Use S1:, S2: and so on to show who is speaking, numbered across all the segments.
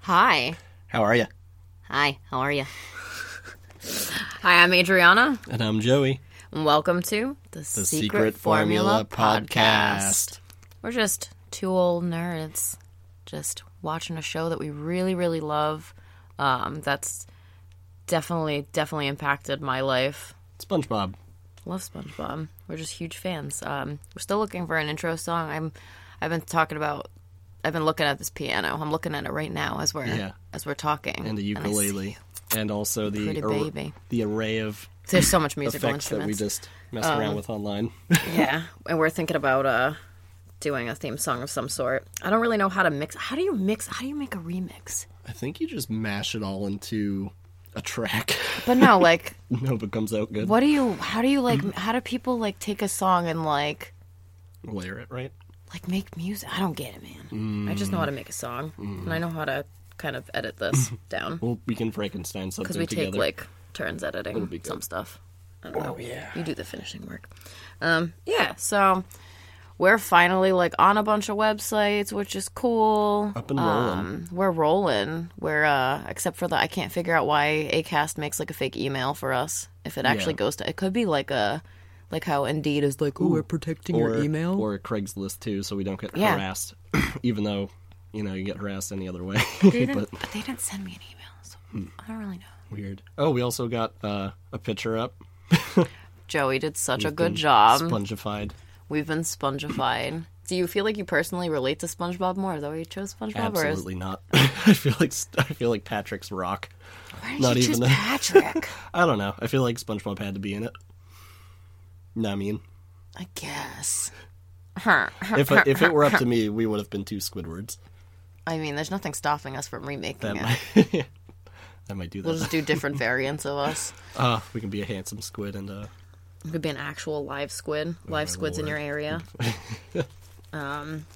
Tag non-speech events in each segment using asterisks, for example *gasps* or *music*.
S1: Hi.
S2: How are you?
S1: Hi. How are you? Hi, I'm Adriana.
S2: And I'm Joey.
S1: And welcome to the, We're just two old nerds just watching a show that we really, really love. Um, that's definitely, definitely impacted my life.
S2: SpongeBob.
S1: Love SpongeBob. We're just huge fans. Um, we're still looking for an intro song. I'm, I've been talking about, I've been looking at this piano. I'm looking at it right now as we're
S2: Yeah.
S1: as we're talking.
S2: And
S1: I
S2: a
S1: see-
S2: ukulele. And, also the
S1: Pretty baby.
S2: the array of
S1: There's so
S2: *coughs*
S1: much musical
S2: effects that we
S1: instruments.
S2: just mess
S1: Um,
S2: around with online.
S1: Yeah, and we're thinking about uh doing a theme song of some sort. I don't really know how to mix. How do you mix? How do you make a remix?
S2: *laughs* I think you just mash it all into a track. *laughs*
S1: But no, like,
S2: no, it comes out good.
S1: what do you? How do you like? How do people like take a song and like
S2: Layer it, right?
S1: like make music? I don't get it, man. I just know how to make a song, and I know how to kind of edit
S2: *coughs*
S1: this down
S2: Mm. Well, we can Frankenstein
S1: because
S2: something
S1: we
S2: together.
S1: take like turns editing
S2: be good.
S1: some stuff. I don't know.
S2: oh, yeah.
S1: You do the finishing work. Um, yeah, so we're finally like on a bunch of websites, which is cool.
S2: Up and rolling.
S1: Um, we're rolling. We're uh, except for the I can't figure out why Acast makes like a fake email for us. If it actually
S2: Yeah.
S1: goes to, it could be like a like how Indeed is like, oh, we're protecting
S2: or,
S1: your email.
S2: or Craigslist, too, so we don't get
S1: Yeah.
S2: harassed. *clears throat* Even though, you know, you get harassed any other way. *laughs*
S1: they didn't,
S2: but
S1: but they didn't send me an email, so
S2: Hmm.
S1: I don't really know.
S2: weird. Oh, we also got uh, a picture up.
S1: Joey did such a good
S2: Been
S1: job.
S2: Spongified.
S1: We've been spongified. Do you feel like you personally relate to SpongeBob more? Is that why you chose SpongeBob? Or is,
S2: Absolutely not. *laughs* I feel like I feel like Patrick's rock.
S1: why did
S2: Not
S1: you
S2: even
S1: choose
S2: the- *laughs*
S1: Patrick?
S2: I don't know. I feel like SpongeBob had to be in it. No, I mean,
S1: I guess. Huh.
S2: if I, if it were up to me, we would have been two Squidwards.
S1: I mean, there's nothing stopping us from remaking
S2: That
S1: it.
S2: might *laughs* that might do
S1: We'll
S2: that.
S1: just do different variants of us.
S2: Uh, we can be a handsome squid and uh,
S1: It could be an actual live squid.
S2: Oh,
S1: Live squids in your
S2: *laughs*
S1: area. um,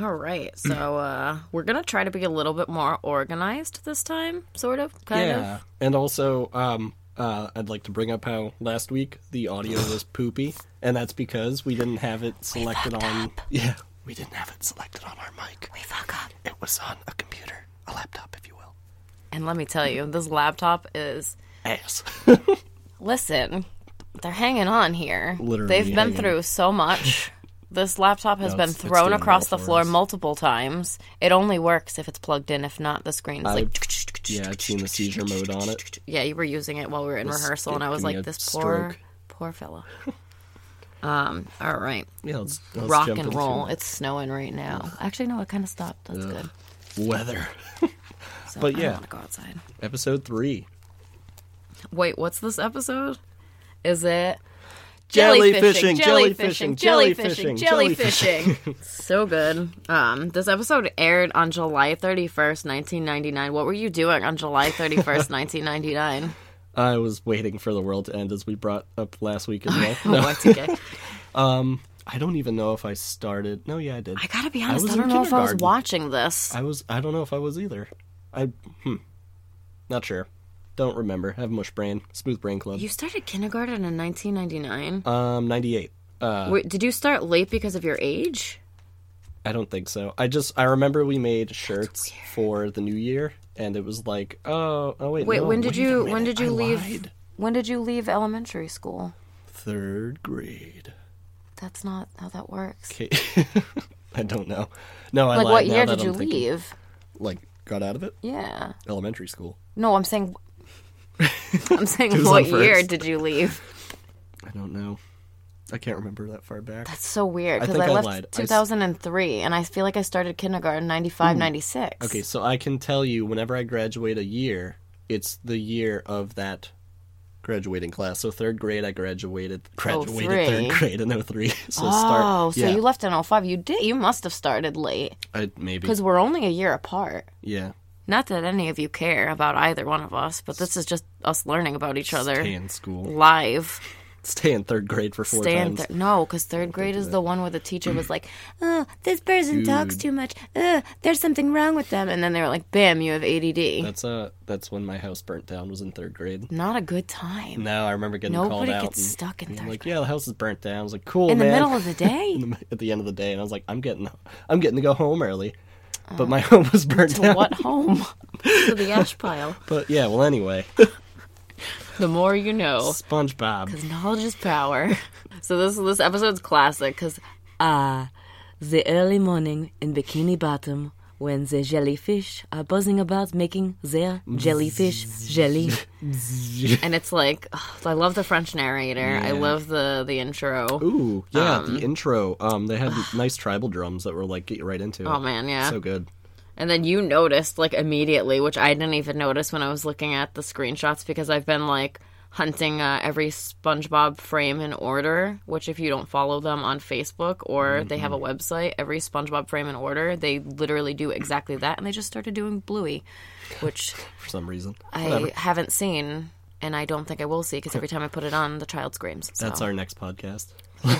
S1: all right. So uh, we're going to try to be a little bit more organized this time, sort of, kind
S2: yeah.
S1: of.
S2: And also, um, uh, I'd like to bring up how last week the audio was poopy, and that's because we didn't have it selected on. *laughs* Yeah, we didn't have it selected on our mic.
S1: We fuck up.
S2: It was on a computer, a laptop, if you will.
S1: And let me tell you, this laptop is.
S2: Ass. *laughs*
S1: Listen, they're hanging on here.
S2: Literally
S1: They've been
S2: hanging.
S1: through so
S2: *laughs*
S1: much. This laptop has
S2: No,
S1: been
S2: it's- it's
S1: thrown
S2: doing
S1: across the
S2: well for
S1: floor
S2: us.
S1: multiple times. It only works if it's plugged in. If not, the screen's like.
S2: yeah, I've seen the seizure mode on it.
S1: *laughs* Yeah, you were using it while we were in rehearsal, and I
S2: it
S1: was
S2: gave me
S1: like,
S2: a
S1: this poor,
S2: stroke.
S1: poor
S2: *laughs*
S1: fella. um, all right.
S2: Yeah, let's, let's
S1: Rock
S2: jump
S1: and
S2: into
S1: roll. It's snowing right now. Actually, no, it kind of stopped. That's good.
S2: Weather. *laughs*
S1: So
S2: but
S1: I
S2: yeah.
S1: want to go outside.
S2: Episode three.
S1: Wait, what's this episode? Is it
S2: Jellyfishing,
S1: jellyfishing,
S2: jellyfishing,
S1: jellyfishing,
S2: jellyfishing, *laughs*
S1: jellyfishing? so good. Um, this episode aired on July thirty first, nineteen ninety nine. What were you doing on July thirty
S2: *laughs*
S1: first, nineteen ninety nine?
S2: I was waiting for the world to end as we brought up last week as well. No,
S1: *laughs*
S2: *laughs*
S1: I
S2: I don't even know if I started. No, yeah, I did. I
S1: gotta be honest.
S2: was
S1: I, don't
S2: in
S1: know if I was
S2: kindergarten.
S1: watching this.
S2: I was. I don't know if I was either. I. Hmm. Not sure. Don't remember. I have mush brain. Smooth brain club.
S1: You started kindergarten in nineteen ninety nine.
S2: Um, ninety-eight. Uh,
S1: Wait, did you start late because of your age?
S2: I don't think so. I just. I remember we made shirts for the new year, and it was like, oh, oh wait.
S1: Wait,
S2: no,
S1: when did
S2: a
S1: you? When
S2: minute,
S1: did you
S2: I
S1: leave?
S2: lied.
S1: When did you leave elementary school?
S2: Third grade.
S1: That's not how that works.
S2: Okay. *laughs* I don't know. No, I
S1: Like,
S2: lied.
S1: what
S2: Now
S1: year
S2: that
S1: did you
S2: I'm thinking-
S1: leave?
S2: Like, got out of it.
S1: Yeah.
S2: Elementary school.
S1: No, I'm
S2: *laughs*
S1: saying. I'm saying,
S2: Who's
S1: what
S2: on
S1: year
S2: first?
S1: did you leave?
S2: I don't know. I can't remember that far back.
S1: That's so weird
S2: I
S1: because
S2: think
S1: I,
S2: I
S1: left
S2: lied. I s-
S1: 2003, and I feel like I started kindergarten 95, 96.
S2: Hmm. Okay, so I can tell you whenever I graduate a year, it's the year of that graduating class. So third grade, I graduated graduated
S1: Oh, three.
S2: third grade in 03. *laughs* So
S1: Oh,
S2: start.
S1: so
S2: yeah,
S1: you left in 05. You did. You must have started late
S2: I, Uh, maybe.
S1: because we're only a year apart.
S2: Yeah.
S1: Not that any of you care about either one of us, but this is just us learning about each other
S2: Stay in school.
S1: live.
S2: Stay in third grade for four
S1: Stay in
S2: times.
S1: third. No, because third grade is the one where the teacher
S2: *clears throat*
S1: was like, "Oh, this person talks too much. Ugh, there's something wrong with them." And then they were like, "Bam, you have ADD."
S2: That's uh. That's when my house burnt down. Was in third grade.
S1: Not a good time.
S2: No, I remember getting called
S1: Nobody
S2: out.
S1: gets
S2: and
S1: stuck in
S2: being
S1: third
S2: like, yeah, the house is burnt down. I was like, cool,
S1: in the
S2: man.
S1: middle of the day.
S2: *laughs* In the- at the end of the *laughs* day, and I was like, I'm getting, I'm getting to go home early, but my home was burnt down.
S1: Uh, *laughs* what home? to the ash pile.
S2: *laughs* But yeah,
S1: *laughs*
S2: well, anyway,
S1: The more you know.
S2: SpongeBob.
S1: Knowledge is power. So this this episode's classic because ah, the early morning in Bikini Bottom when the jellyfish are buzzing about making their jellyfish jelly, and it's like ugh, I love the French narrator. I love the the intro.
S2: Ooh, yeah, the intro. Um,
S1: *sighs*
S2: they had nice tribal drums that were like get you right into.
S1: Oh
S2: it.
S1: man, yeah.
S2: so good.
S1: And then you noticed like immediately, which I didn't even notice when I was looking at the screenshots because I've been like hunting uh, every SpongeBob frame in order, which if you don't follow them on Facebook or they have a website, every SpongeBob frame in order, they literally do exactly that and they just started doing Bluey, which
S2: for some reason.
S1: I haven't seen and I don't think I will see because every time I put it on, *laughs* the child screams. So.
S2: That's our next podcast.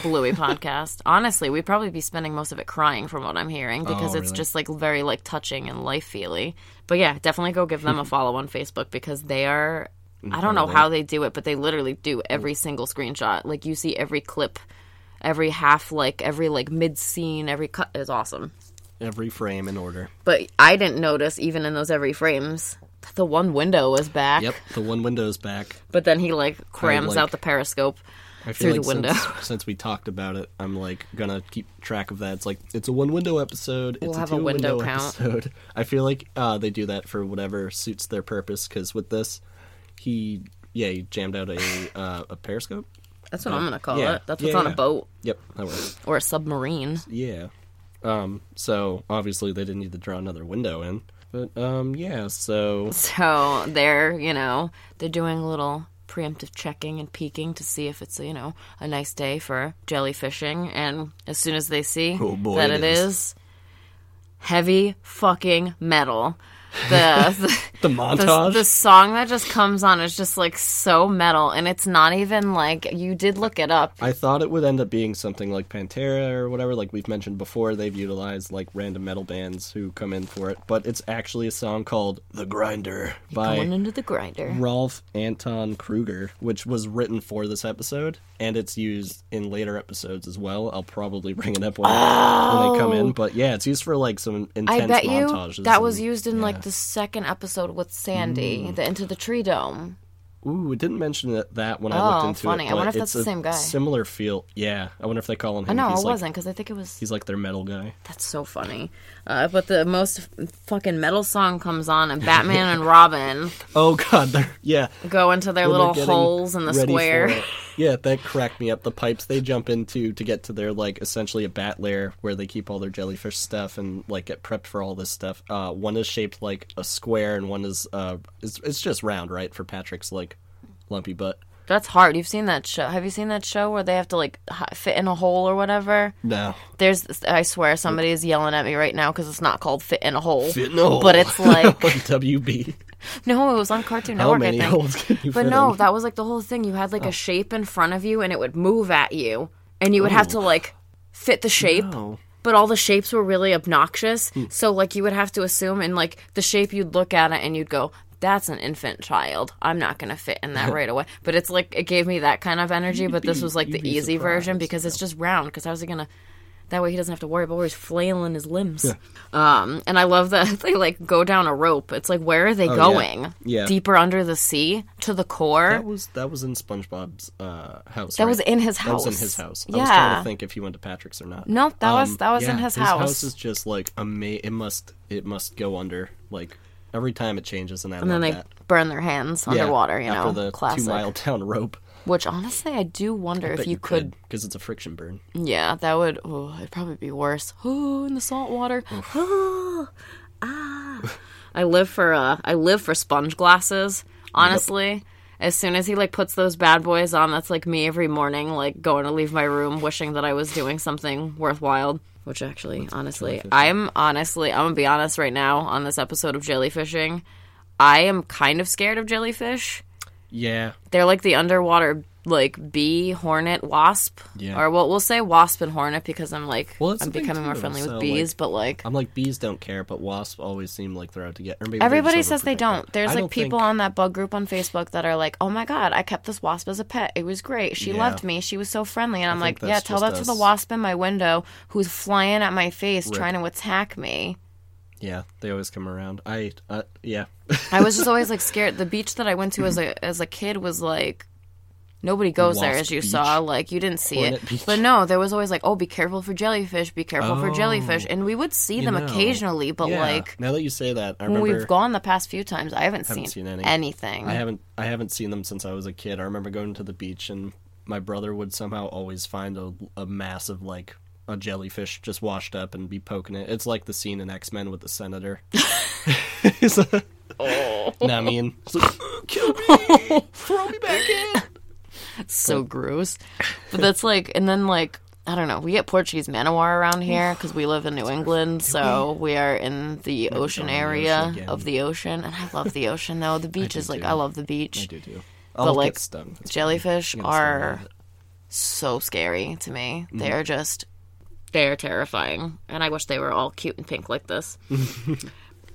S1: Bluey
S2: *laughs*
S1: podcast. Honestly, we'd probably be spending most of it crying from what I'm hearing because
S2: Oh,
S1: it's
S2: really?
S1: just like very like touching and life feely. But yeah, definitely go give them
S2: *laughs*
S1: a follow on Facebook because they are I don't know how they do it, but they literally do every single screenshot. Like you see every clip, every half like every like mid scene, every cut is awesome.
S2: Every frame in order.
S1: But I didn't notice even in those every frames that the one window was back.
S2: Yep, the one window's back.
S1: But then he like crams
S2: like-
S1: out the periscope.
S2: I
S1: Through the window.
S2: Since, *laughs* since we talked about it, I'm like gonna keep track of that. It's like it's a one window episode. It's
S1: We'll have a
S2: two
S1: window count.
S2: episode. *laughs* I feel like uh, they do that for whatever suits their purpose. Because with this, he yeah he jammed out a uh, a periscope.
S1: That's what I'm gonna call
S2: yeah.
S1: it. That's what's
S2: Yeah,
S1: on a
S2: yeah.
S1: boat
S2: Yep, that works.
S1: or a submarine.
S2: Yeah. Um. So obviously they didn't need to draw another window in. But um. Yeah. So
S1: So they're, you know, they're doing a little preemptive checking and peeking to see if it's, you know, a nice day for jellyfishing. And as soon as they see
S2: Oh, boy,
S1: that
S2: it
S1: it
S2: is.
S1: is heavy fucking
S2: *laughs*
S1: metal, the the, the
S2: the montage.
S1: the song that just comes on is just like so metal, and it's not even like you did look it up.
S2: I thought it would end up being something like Pantera or whatever, like we've mentioned before. They've utilized like random metal bands who come in for it, but it's actually a song called "The Grinder"
S1: Going
S2: by
S1: into the grinder.
S2: Rolf Anton Kruger, which was written for this episode, and it's used in later episodes as well. I'll probably bring it up when, when they come in, but yeah, it's used for like some intense
S1: Oh. I bet
S2: montages.
S1: you that was
S2: and- Mm.
S1: used in like the second episode with Sandy, the Into the Tree Dome.
S2: Ooh, it didn't mention that, that when I
S1: Oh,
S2: looked into
S1: funny.
S2: it.
S1: I
S2: but
S1: wonder if
S2: it's
S1: that's the
S2: a
S1: same guy.
S2: Similar feel, yeah. I wonder if they call him. Him.
S1: No,
S2: he's
S1: I
S2: like,
S1: wasn't because I think it was
S2: He's like their metal guy.
S1: That's so funny. Uh, but the most f- fucking metal song comes on,
S2: *laughs*
S1: and Batman and Robin
S2: Oh god, they're yeah.
S1: go into their
S2: When they're
S1: little
S2: getting
S1: holes in the
S2: ready for
S1: square.
S2: it. Yeah, that cracked me up. The pipes they jump into to get to their like essentially a bat lair where they keep all their jellyfish stuff and like get prepped for all this stuff. Uh, one is shaped like a square and one is uh, it's, it's just round, right? For Patrick's like lumpy butt.
S1: That's hard. You've seen that show. Have you seen that show where they have to like hi- fit in a hole or whatever?
S2: No,
S1: There's, I swear, somebody is yelling at me right now because it's not called fit in a hole.
S2: fit in a hole.
S1: But it's
S2: *laughs*
S1: like
S2: WB.
S1: no, it was on Cartoon
S2: How
S1: Network. I
S2: many
S1: think.
S2: holes can you Oh.
S1: But
S2: fit
S1: no,
S2: in?
S1: that was like the whole thing. You had like a shape in front of you and it would move at you and you would have to like fit the shape.
S2: Oh. No. Hmm.
S1: But all the shapes were really obnoxious. So like you would have to assume and like the shape you'd look at it and you'd go, That's an infant child. I'm not gonna fit in
S2: *laughs*
S1: that right away. But it's like it gave me that kind of energy, but this
S2: be-
S1: was like
S2: you'd
S1: the
S2: be
S1: easy version
S2: surprised,
S1: because it's just round because how's he gonna that way he doesn't have to worry about where he's flailing his limbs. Um, and I love that *laughs* they like go down a rope. It's like where are they going?
S2: Oh, Yeah.
S1: Deeper under the sea to the core.
S2: That was that was in SpongeBob's uh, house.
S1: That was
S2: right?
S1: in his
S2: That was in
S1: house.
S2: his house. I
S1: Yeah.
S2: was trying to think if he went to Patrick's or not. Um,
S1: Nope, that was- that was in
S2: yeah,
S1: his
S2: his
S1: house.
S2: house is just like a ama- It must it must go under like every time it changes, and I
S1: and then
S2: love
S1: they
S2: that.
S1: burn their hands
S2: Yeah,
S1: underwater, you know,
S2: after the
S1: classic.
S2: two mile *laughs* down rope.
S1: Which honestly, I do wonder if
S2: But
S1: you, could,
S2: because it's a friction burn.
S1: Yeah, that would. Oh, it'd probably be worse. *gasps* Oh, in the salt water. *gasps* Oh, ah. I live for. Uh, I live for sponge glasses. Honestly. As soon as he like puts those bad boys on, that's like me every morning, like going to leave my room, wishing that I was doing something worthwhile. Which actually, honestly, I'm honestly, I'm gonna be honest right now on this episode of jellyfishing. I am kind of scared of jellyfish.
S2: Yeah,
S1: They're like the underwater like bee, hornet, wasp.
S2: Yeah.
S1: Or well, we'll say wasp and hornet because I'm like
S2: Well, that's
S1: I'm
S2: the thing,
S1: becoming more
S2: too,
S1: friendly
S2: so,
S1: with bees, but like
S2: I'm like bees don't care, but wasps always seem like they're out to get. Or maybe they're
S1: everybody
S2: just
S1: says they
S2: overprotective.
S1: don't. There's
S2: I
S1: like
S2: don't
S1: people
S2: think-
S1: on that bug group on Facebook that are like, "Oh my god, I kept this wasp as a pet. It was great. She
S2: Yeah.
S1: loved me. She was so friendly." And I'm like,
S2: think
S1: "Yeah,
S2: that's
S1: tell
S2: just
S1: that to the
S2: us.
S1: wasp in my window who's flying at my face trying to attack me."
S2: Yeah, they always come around. I uh, yeah.
S1: I was just always like scared. The beach that I went to as a as a kid was like nobody goes there
S2: Lost
S1: as you
S2: beach.
S1: saw. Like you didn't see
S2: Hornet
S1: it,
S2: beach.
S1: but no, there was always like, oh, be careful for jellyfish, be careful for
S2: Oh,
S1: jellyfish, and we would see them
S2: know.
S1: occasionally. But
S2: *laughs* Yeah,
S1: like
S2: now that you say that, I
S1: when
S2: remember
S1: we've gone the past few times, I haven't,
S2: Haven't seen any.
S1: anything.
S2: I haven't I haven't seen them since I was a kid. I remember going to the beach and my brother would somehow always find a, a mass of like a jellyfish just washed up and be poking it. It's like the scene in X Men with
S1: *laughs*
S2: the senator. *laughs* He's like, nah, I mean, it's like, kill me, throw me back in.
S1: so gross. But that's like, and then like, I don't know. We get Portuguese Manowar around here because we live in New England, so we are in the ocean
S2: going in the
S1: area
S2: ocean again.
S1: of the ocean, and I love the ocean though. The beach is like,
S2: too.
S1: I love the beach.
S2: I do too. I'll
S1: like,
S2: get stung. That's
S1: Jellyfish
S2: fine.
S1: are so scary to me. They are just, they are terrifying, and I wish they were all cute and pink like this.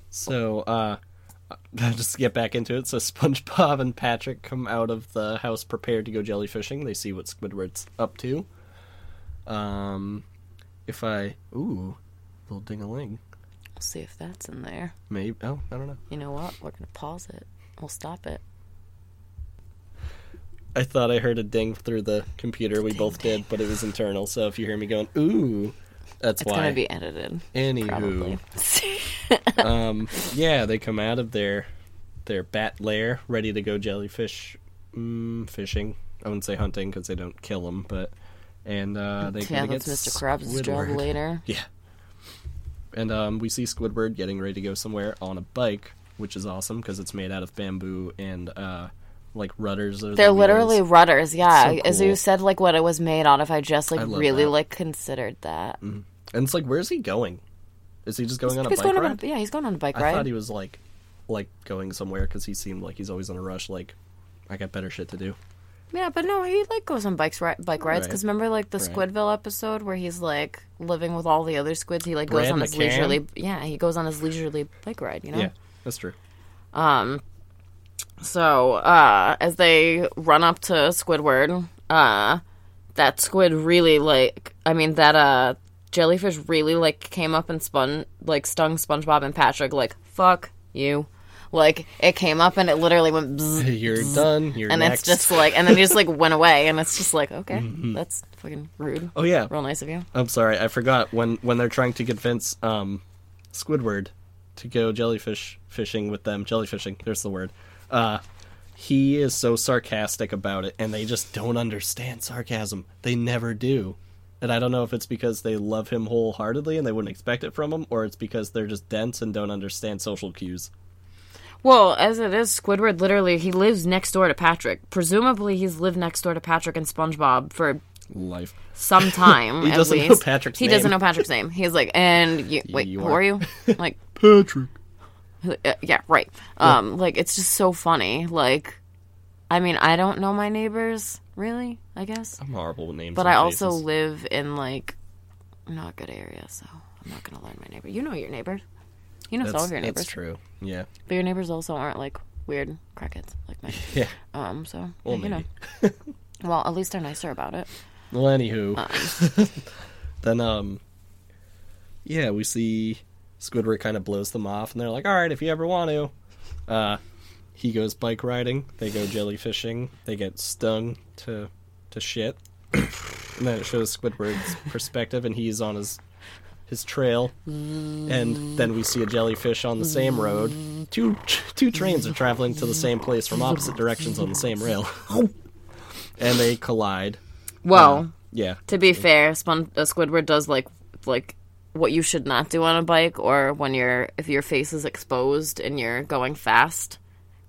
S2: So, uh, *laughs* just to get back into it, so *laughs* SpongeBob and Patrick come out of the house prepared to go jellyfishing. They see what Squidward's up to. Um, if I ooh, little ding a ling,
S1: We'll see if that's in there.
S2: maybe oh I don't know.
S1: You know what? We're gonna pause it. We'll stop it.
S2: I thought I heard a ding through the computer. We both did, but it was internal. So if you hear me going ooh, that's
S1: It's
S2: why.
S1: gonna be edited.
S2: Anywho,
S1: *laughs* Probably.
S2: um, yeah, they come out of their their bat lair, ready to go jellyfish mm, fishing. I wouldn't say hunting because they don't kill them, but and uh, they
S1: yeah,
S2: kinda
S1: that's
S2: get
S1: Mr. Krabs' job
S2: Squidward.
S1: *laughs* later.
S2: Yeah, and um, we see Squidward getting ready to go somewhere on a bike, which is awesome because it's made out of bamboo and uh, like rudders. Are the
S1: They're
S2: wheels.
S1: literally rudders, yeah.
S2: So
S1: As you
S2: cool.
S1: said, like what it was made out of, I just like
S2: I love
S1: really
S2: that.
S1: like considered that.
S2: and it's like, where's he going? Is he just going on a
S1: he's
S2: bike
S1: going
S2: ride?
S1: on a, yeah, he's going on a bike
S2: I thought
S1: ride.
S2: he was like, like going somewhere because he seemed like he's always in a rush. Like, I got better shit to do.
S1: yeah, but no, he like goes on bikes ri- bike rides because
S2: Right.
S1: remember like the
S2: Right.
S1: Squidville episode where he's like living with all the other squids. He like goes
S2: Brad
S1: on his
S2: McCann?
S1: leisurely yeah, he goes on his leisurely bike ride. You know.
S2: Yeah, that's true. *laughs*
S1: So uh, as they run up to Squidward, uh, that squid really like I mean that uh, jellyfish really like came up and spun like stung SpongeBob and Patrick like fuck you, like it came up and it literally went bzzz,
S2: You're done. You're
S1: and
S2: next. Mm-hmm.
S1: it's just like and then it just like went away and it's just like okay that's fucking rude.
S2: oh yeah,
S1: Real nice of you.
S2: I'm sorry, I forgot when when they're trying to convince um, Squidward to go jellyfish fishing with them. Jellyfishing. There's the word. Uh, he is so sarcastic about it, and they just don't understand sarcasm. They never do. And I don't know if it's because they love him wholeheartedly and they wouldn't expect it from him, or it's because they're just dense and don't understand social cues.
S1: Well, as it is, Squidward literally he lives next door to Patrick. Presumably, he's lived next door to Patrick and SpongeBob for
S2: Life. *laughs*
S1: some time.
S2: He
S1: at
S2: doesn't know
S1: least.
S2: Patrick's
S1: He
S2: name.
S1: doesn't know Patrick's name. He's like, and you, wait,
S2: you
S1: who
S2: are.
S1: are
S2: *laughs*
S1: you? Like,
S2: Patrick.
S1: uh, yeah, right. Um, like it's just so funny. Like, I mean, I don't know my neighbors really. I guess,
S2: I'm horrible with names.
S1: but
S2: and
S1: I also
S2: faces.
S1: live in like not a good area, so I'm not gonna learn my neighbor. You know your neighbors. You know
S2: that's,
S1: some of your
S2: that's
S1: neighbors,
S2: true. Yeah.
S1: but your neighbors also aren't like weird crackheads like mine.
S2: *laughs* Yeah.
S1: Um, so
S2: Well,
S1: you know,
S2: maybe.
S1: *laughs* well, at least they're nicer about it.
S2: Well, anywho, *laughs* then um, yeah, we see Squidward kind of blows them off, and they're like, "All right, if you ever want to." Uh, he goes bike riding. They go jellyfishing. They get stung to to shit, *coughs* and then it shows Squidward's perspective, and he's on his his trail, and then we see a jellyfish on the same road. Two two trains are traveling to the same place from opposite directions on the same rail, *laughs* and they collide.
S1: Well.
S2: Yeah,
S1: To be fair, Spon- uh, Squidward does like like what you should not do on a bike or when you're if your face is exposed and you're going fast,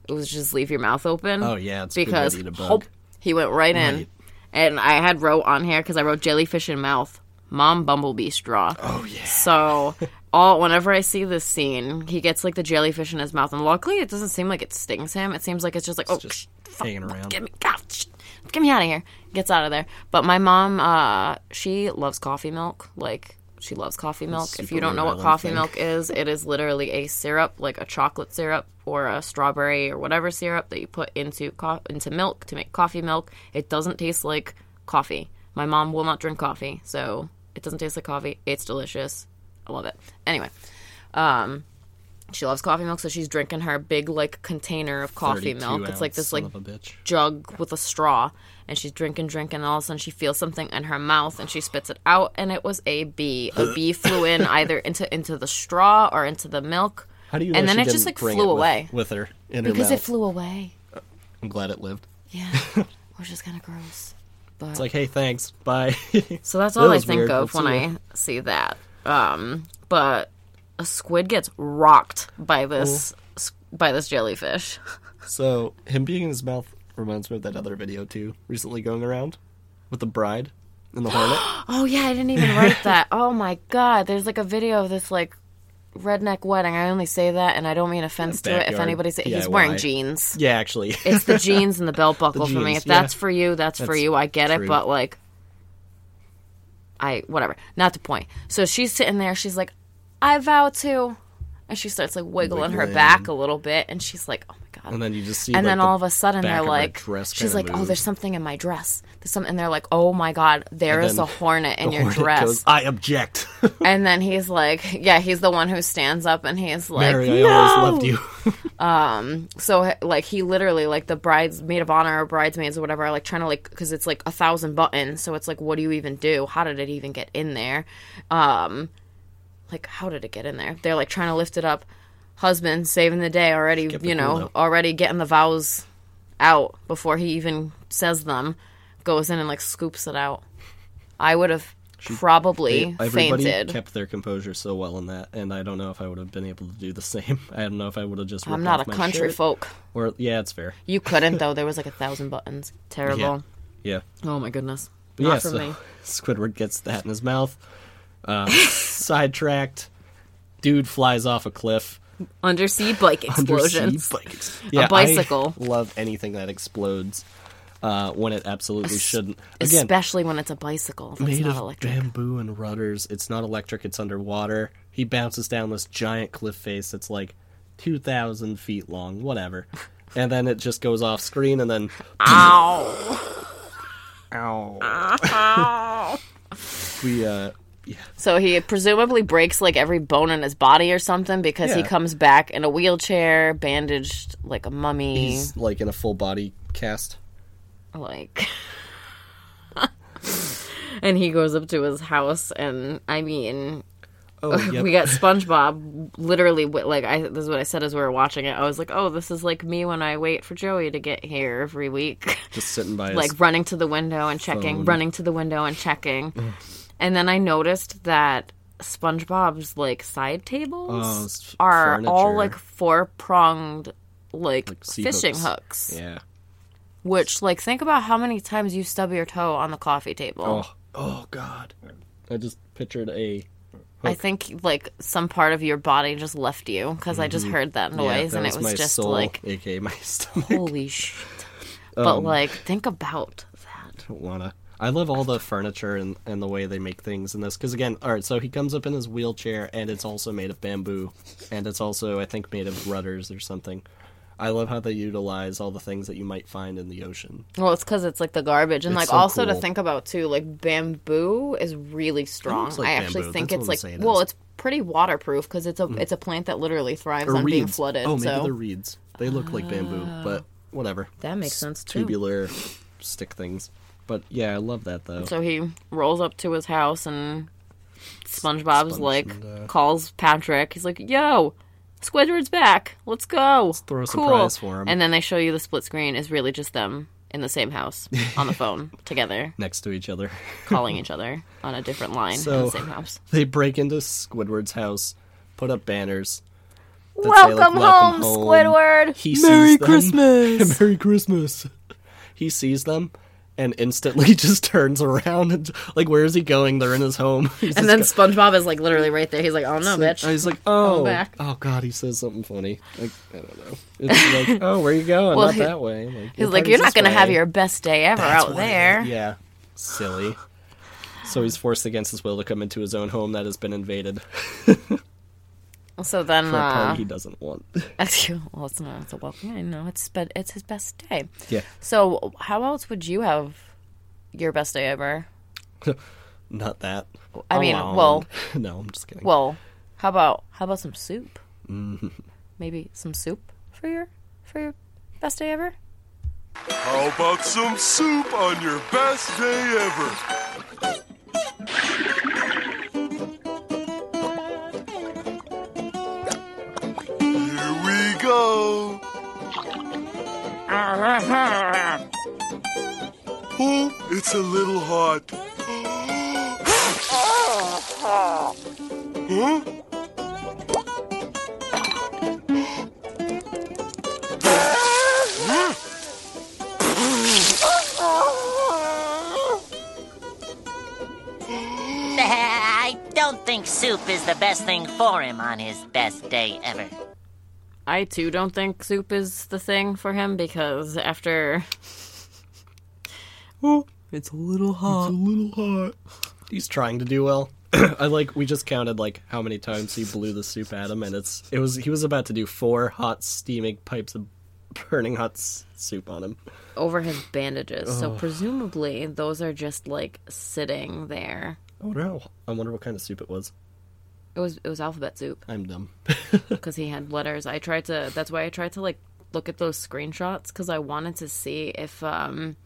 S1: it was just leave your mouth open.
S2: Oh, yeah, it's a good way
S1: because
S2: to eat a bug.
S1: hope he went right in,
S2: Right.
S1: and I had wrote on here because I wrote jellyfish in mouth, mom bumblebee straw.
S2: Oh yeah.
S1: So all whenever I see this scene, he gets like the jellyfish in his mouth, and luckily it doesn't seem like it stings him. It seems like it's just like oh
S2: Just hanging around.
S1: get me, God, sh- get me out of here. Gets out of there. But my mom, uh, she loves coffee milk. Like she loves coffee milk. If
S2: super
S1: you don't know
S2: Rhode
S1: what
S2: Island
S1: coffee
S2: thing.
S1: milk is, it is literally a syrup, like a chocolate syrup or a strawberry or whatever syrup that you put into co- into milk to make coffee milk. It doesn't taste like coffee. My mom will not drink coffee, so it doesn't taste like coffee. It's delicious. I love it. Anyway, um, She loves coffee milk, so she's drinking her big like container of coffee
S2: 32
S1: milk. It's like
S2: ounce,
S1: this
S2: son
S1: like
S2: of a bitch.
S1: jug with a straw, and she's drinking, drinking. And all of a sudden, she feels something in her mouth, and she spits it out, and it was a bee. A bee flew in either into into the straw or into the milk.
S2: How do you?
S1: And
S2: know
S1: then
S2: she
S1: it just,
S2: didn't
S1: like,
S2: bring
S1: flew
S2: it with-
S1: away.
S2: with, her in her
S1: Because
S2: mouth?
S1: it flew away.
S2: I'm glad it lived. *laughs*
S1: Yeah, which is kind of gross. But
S2: It's like, hey, thanks, *laughs* bye.
S1: So that's
S2: That
S1: all I
S2: was
S1: think
S2: weird.
S1: of
S2: Let's
S1: when
S2: see
S1: I see that. Um, but a squid gets rocked by this
S2: Oh.
S1: s by this jellyfish.
S2: so him being in his mouth reminds me of that other video too, recently going around with the bride and
S1: *gasps*
S2: the hornet.
S1: Oh yeah, I didn't even write that. Oh my god, there's like a video of this like redneck wedding. I only say that, and I don't mean offense to it. If
S2: Backyard
S1: anybody say he's
S2: DIY.
S1: wearing
S2: *laughs*
S1: jeans,
S2: Yeah, actually,
S1: it's the jeans and the
S2: *laughs*
S1: belt buckle for me.
S2: jeans,
S1: If that's
S2: yeah.
S1: for you, that's, for
S2: That's
S1: you. I get it,
S2: true.
S1: but like, I whatever. Not the point. So she's sitting there. She's like, I vow to, and she starts like wiggling, her
S2: Wiggling.
S1: back a little bit, and she's like, Oh my god.
S2: and then you just see.
S1: and
S2: like,
S1: then
S2: the
S1: all of a sudden
S2: back
S1: they're
S2: of her
S1: like,
S2: dress
S1: she's
S2: kinda
S1: like, oh,
S2: move.
S1: there's something in my dress. There's something. And they're like, oh my god, there is
S2: then
S1: a hornet in
S2: *laughs* the
S1: your
S2: hornet
S1: dress.
S2: goes, I object, *laughs*
S1: And then he's like, *laughs* yeah, he's the one who stands up and he's like,
S2: Mary.
S1: no.
S2: I always loved you.
S1: So like he literally like the bride's maid of honor or bridesmaids or whatever are like trying to like because it's like a thousand buttons. So it's like, what do you even do? How did it even get in there? Um, like how did it get in there? They're like trying to lift it up. Husband saving the day already,
S2: kept
S1: you
S2: it
S1: know,
S2: cool, though.
S1: already getting the vows out before he even says them. Goes in and like scoops it out. I would have probably
S2: *laughs* Everybody
S1: fainted.
S2: kept their composure so well in that, and I don't know if I would have been able to do the *laughs* same. I don't know if I would have just.
S1: I'm
S2: ripped
S1: not a
S2: off my
S1: country
S2: shirt.
S1: folk.
S2: Or yeah, it's fair.
S1: You couldn't
S2: *laughs*
S1: though. There was like a thousand buttons. Terrible.
S2: Yeah.
S1: Oh my goodness.
S2: But
S1: Not
S2: yeah,
S1: for
S2: so
S1: me.
S2: *laughs* Squidward gets that in his mouth. Uh, *laughs* sidetracked. Dude flies off a cliff.
S1: Undersea bike explosions.
S2: *laughs* Undersea bike ex-
S1: A bicycle.
S2: I love anything that explodes uh, when it absolutely shouldn't. Again,
S1: Especially when it's a bicycle that's
S2: made
S1: not
S2: of
S1: electric.
S2: bamboo and rudders. It's not electric. It's underwater. He bounces down this giant cliff face that's like two thousand feet long.
S1: *laughs*
S2: Whatever. And then it just goes off screen, and then
S1: Ow.
S2: ow.
S1: *laughs*
S2: we uh,
S1: So he presumably breaks like every bone in his body or something because he
S2: Yeah.
S1: comes back in a wheelchair, bandaged like a mummy.
S2: he's like in a full body cast.
S1: Like *laughs* And he goes up to his house and I mean
S2: *laughs* Oh, yep.
S1: we got SpongeBob literally wi- like I this is what I said as we were watching it. I was like, "Oh, this is like me when I wait for Joey to get here every week." *laughs*
S2: just sitting by his
S1: like running to the window and checking,
S2: Phone.
S1: running to the window and checking. and then I noticed that SpongeBob's like side
S2: Oh,
S1: tables
S2: s-
S1: are all
S2: furniture.
S1: like four pronged like,
S2: sea
S1: fishing
S2: hooks.
S1: hooks.
S2: yeah.
S1: Which like think about how many times you stub your toe on the coffee table.
S2: Oh, oh God! I just pictured a
S1: I think like some part of your body just left you because I just heard that
S2: Mm-hmm. yeah,
S1: noise
S2: that
S1: and it was
S2: my
S1: just
S2: soul,
S1: like
S2: aka my *laughs* stomach.
S1: holy shit.
S2: Um,
S1: But like think about that.
S2: Don't wanna. I love all the furniture and, and the way they make things in this. Because again, all right, so he comes up in his wheelchair, and it's also made of bamboo, and it's also I think made of rudders or something. I love how they utilize all the things that you might find in the ocean.
S1: Well, it's because it's like the garbage, and
S2: It's
S1: like
S2: so
S1: also to
S2: cool.
S1: think about too, like bamboo is really strong.
S2: looks like
S1: I actually
S2: bamboo.
S1: think
S2: That's
S1: it's
S2: what I'm
S1: like
S2: saying
S1: well,
S2: is-
S1: it's pretty waterproof because it's a it's a plant that literally thrives
S2: Or
S1: on being
S2: reeds.
S1: flooded.
S2: Oh, maybe
S1: so Ah.
S2: they're reeds. They look like bamboo, but whatever.
S1: That makes
S2: S-
S1: sense, too.
S2: Tubular stick things. But yeah, I love that though.
S1: so he rolls up to his house and SpongeBob's
S2: Sponge
S1: like
S2: and, uh,
S1: calls Patrick. He's like, "Yo, Squidward's back. Let's go. Let's
S2: throw a surprise for him.
S1: And then they show you the split screen is really just them in the same house
S2: *laughs*
S1: on the phone together,
S2: Next to each other. *laughs*
S1: calling each other on a different line in
S2: So-
S1: the same house.
S2: They break into Squidward's house, put up banners. that say, like,
S1: Welcome, home, Squidward.
S2: He sees them. *laughs* Merry Christmas. He sees them and instantly *laughs* just turns around and like, where is he going? They're in his home. *laughs* He's
S1: And
S2: just
S1: then SpongeBob is like literally right there. He's like, "Oh no,
S2: go-
S1: bitch!"
S2: He's like, oh,
S1: back.
S2: oh god, he says something funny. Like, I don't know. It's like, oh,
S1: *laughs*
S2: where you going?
S1: Well,
S2: not
S1: he-
S2: that way. Like,
S1: He's
S2: your
S1: like,
S2: party's
S1: "You're not
S2: this
S1: gonna have
S2: way."
S1: your best day ever
S2: That's
S1: out
S2: what it is.
S1: there."
S2: Yeah, silly. So he's forced against his will to come into his own home that has been invaded *laughs*
S1: So then,
S2: for a party
S1: uh, *laughs*
S2: he doesn't want. *laughs*
S1: well, it's not it's a welcome. I know it's but it's his best day.
S2: yeah.
S1: So how else would you have your best day ever?
S2: *laughs* Not that.
S1: I mean,
S2: Alone.
S1: well-
S2: *laughs* no, I'm just kidding.
S1: Well, How about how about some soup?
S2: Mm-hmm.
S1: Maybe some soup for your for your best day ever.
S3: How about some soup on your best day ever? Here we go. Oh, it's a little hot. Huh?
S4: *laughs* I don't think soup is the best thing for him on his best day ever.
S1: I too don't think soup is the thing for him because after it's a little hot.
S2: little hot. He's trying to do well. *coughs* I like we just counted like how many times he blew the soup at him, and it's it was he was about to do four hot steaming pipes of burning hot s- soup on him.
S1: over his bandages. So presumably those are just like sitting there.
S2: Oh no! I wonder what kind of soup it was.
S1: It was it was alphabet soup
S2: *laughs* I'm dumb.
S1: because he had letters. I tried to that's why I tried to like look at those screenshots cuz I wanted to see if um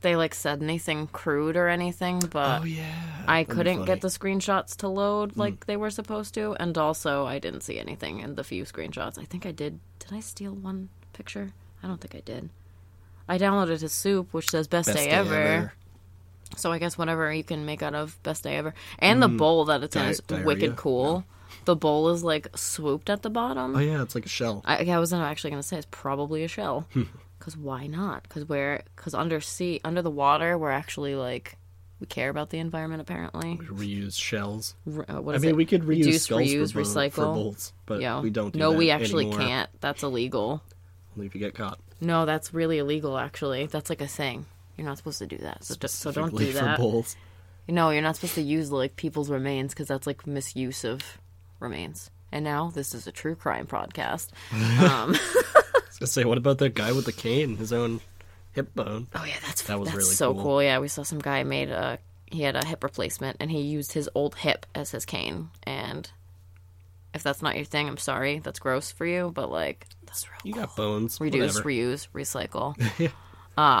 S1: they like said anything crude or anything, but
S2: yeah.
S1: I
S2: be
S1: couldn't
S2: funny.
S1: get the screenshots to load like they were supposed to and also I didn't see anything in the few screenshots. I think I did. Did I steal one picture? I don't think I did. I downloaded his soup, which says best, day, ever. So I guess whatever you can make out of best day ever, and the bowl that it's in
S2: Mm. Di-
S1: is
S2: diarrhea?
S1: wicked cool. The bowl is like swooped at the bottom.
S2: Oh yeah, it's like a shell.
S1: I, I wasn't actually gonna say it's probably a shell,
S2: Hmm.
S1: *laughs* because why not? Because we're because under sea, under the water, we're actually like we care about the environment apparently.
S2: Reuse shells.
S1: R- uh, what
S2: I
S1: is
S2: mean,
S1: it?
S2: we could reuse
S1: Reduce,
S2: skulls
S1: reuse,
S2: for, bo-
S1: recycle.
S2: for bolts, but
S1: Yeah.
S2: we don't. Do
S1: no,
S2: that
S1: we actually
S2: anymore.
S1: can't. That's illegal.
S2: Only if you get caught.
S1: No, that's really illegal. Actually, that's like a thing. You're not supposed to do that. So, d- so don't
S2: Specifically
S1: do that.
S2: For bolts.
S1: No, you're not supposed to use like people's remains because that's like misuse of remains. And now this is a true crime podcast. Um,
S2: I was gonna say, what about that guy with the cane? His own hip bone.
S1: oh yeah, that's
S2: That was
S1: that's
S2: really
S1: so
S2: cool.
S1: cool. Yeah, we saw some guy made a he had a hip replacement and he used his old hip as his cane. And if that's not your thing, I'm sorry, that's gross for you. But like, that's real.
S2: You
S1: cool.
S2: got bones.
S1: reduce,
S2: Whatever.
S1: reuse, recycle.
S2: *laughs*
S1: um,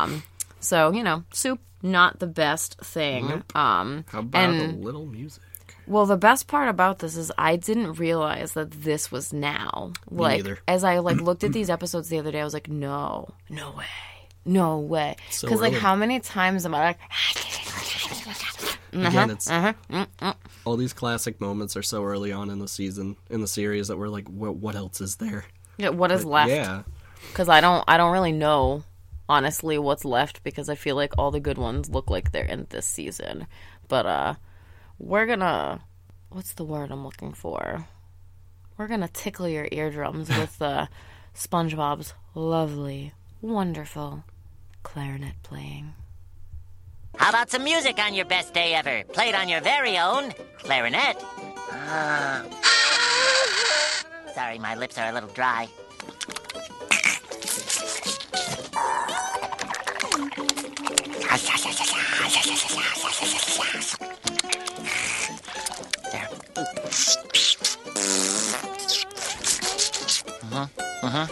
S1: so you know, soup not the best thing. Um,
S2: How about
S1: and-
S2: a little music?
S1: Well, the best part about this is I didn't realize that this was now. Like
S2: neither.
S1: as I like looked
S2: *clears throat*
S1: at these episodes the other day, I was like, no, no way, no way. Because
S2: So
S1: like
S2: early.
S1: how many times am I like, Uh-huh.
S2: Again, it's
S1: Mm-hmm.
S2: all these classic moments are so early on in the season in the series that we're like, what, what else is there?
S1: yeah, what is left?
S2: Yeah,
S1: Because I don't, I don't really know honestly what's left because I feel like all the good ones look like they're in this season. But uh, we're gonna, what's the word I'm looking for? We're gonna tickle your eardrums with uh, SpongeBob's lovely, wonderful clarinet playing.
S4: How about some music on your best day ever, played on your very own clarinet? Ah. Sorry, my lips are a little dry. There. Uh-huh,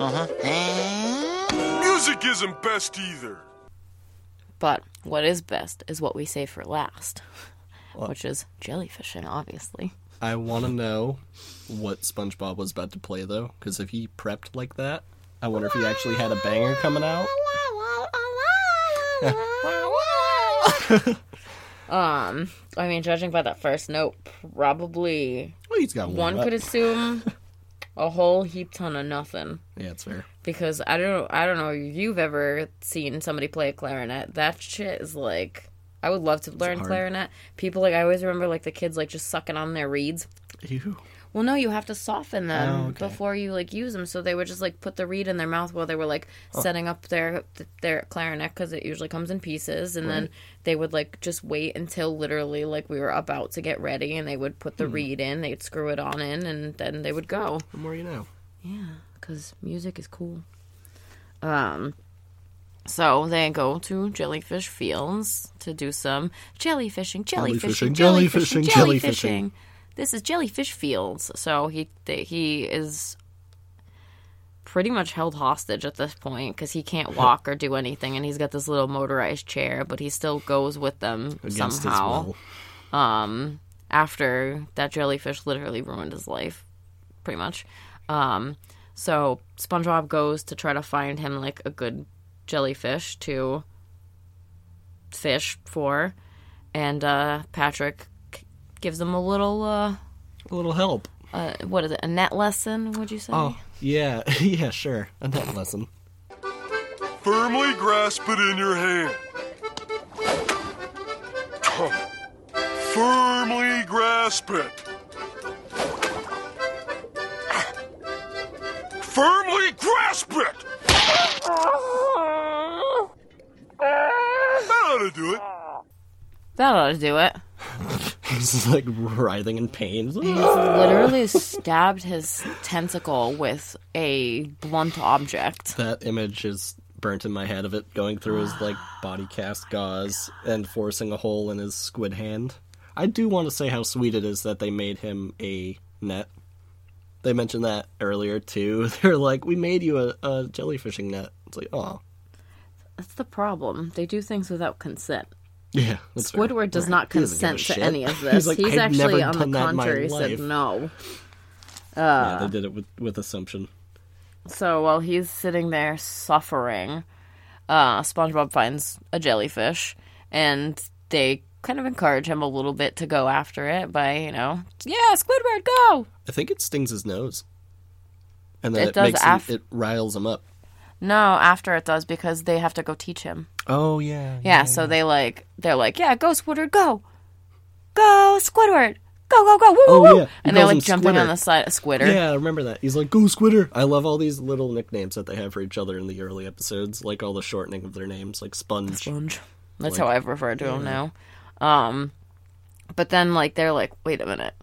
S4: uh-huh, uh-huh.
S3: Music isn't best either.
S1: But what is best is what we save for last, which is jellyfishing, obviously.
S2: I want to know what SpongeBob was about to play though, because if he prepped like that, I wonder if he actually had a banger coming out.
S1: *laughs* Um, I mean, judging by that first note, probably
S2: Well, he's got one.
S1: one could
S2: up.
S1: assume a whole heap ton of nothing
S2: Yeah, it's fair.
S1: because I don't I don't know if you've ever seen somebody play a clarinet. That shit is like I would love to learn
S2: hard.
S1: clarinet. People like I always remember like the kids like just sucking on their reeds.
S2: Ew.
S1: Well, no, you have to soften them
S2: Oh, okay.
S1: before you like use them. So they would just like put the reed in their mouth while they were like
S2: Oh.
S1: setting up their their clarinet because it usually comes in pieces, and then they would like just wait until literally like we were about to get ready, and they would put the
S2: Hmm.
S1: reed in, they'd screw it on in, and then they would go.
S2: The more you know.
S1: Yeah, because music is cool. Um, so they go to jellyfish fields to do some jellyfishing, jellyfishing, jellyfishing,
S2: Jellyfishing,
S1: jellyfishing.
S2: jellyfishing, jellyfishing.
S1: this is jellyfish fields. So he th- he is pretty much held hostage at this point because he can't walk or do anything, and he's got this little motorized chair, but he still goes with them
S2: against
S1: somehow.
S2: his will.
S1: After that jellyfish literally ruined his life, pretty much. Um, so SpongeBob goes to try to find him like a good jellyfish to fish for, and uh, Patrick c- gives him a little uh,
S2: A little help.
S1: uh, what is it? A net lesson? Would you say?
S2: Oh, yeah, *laughs* yeah, sure. A net lesson. *laughs*
S3: Firmly grasp it in your hand. Firmly grasp it. Firmly grasp it! That ought to do it.
S1: That ought to do it.
S2: He's just, like writhing in pain.
S1: He's literally stabbed his tentacle with a blunt object.
S2: that image is burnt in my head of it going through his
S1: *sighs*
S2: like body cast gauze and forcing a hole in his squid hand. I do want to say how sweet it is that they made him a net. They mentioned that earlier too. *laughs* They're like, "We made you a, a jellyfishing net." It's like, oh,
S1: That's the problem. They do things without consent.
S2: yeah. That's fair.
S1: Woodward does not
S2: He doesn't give
S1: consent
S2: a
S1: to
S2: shit.
S1: any of
S2: *laughs* He's
S1: this. He's,
S2: like, "I've
S1: actually,
S2: never
S1: on
S2: done
S1: the
S2: that in my
S1: contrary, said
S2: life."
S1: no.
S2: yeah, they did it with with assumption.
S1: So while he's sitting there suffering, uh, SpongeBob finds a jellyfish, and they kind of encourage him a little bit to go after it by, you know, yeah, Squidward, go.
S2: I think it stings his nose, and then
S1: It
S2: it,
S1: does
S2: makes
S1: af-
S2: him, it riles him up.
S1: No, after it does because they have to go teach him.
S2: Oh yeah,
S1: Yeah, so they like they're like, yeah, go Squidward, go, go Squidward, go go go, woo woo
S2: Oh,
S1: woo,
S2: yeah. He
S1: and they're
S2: calls
S1: like
S2: him
S1: jumping on
S2: Squidder.
S1: the side of Squidward.
S2: Yeah, I remember that. He's like, go Squitter. I love all these little nicknames that they have for each other in the early episodes, like all the shortening of their names, like Sponge.
S1: sponge. That's how I've referred to him now. Um, but then like they're like, wait a minute,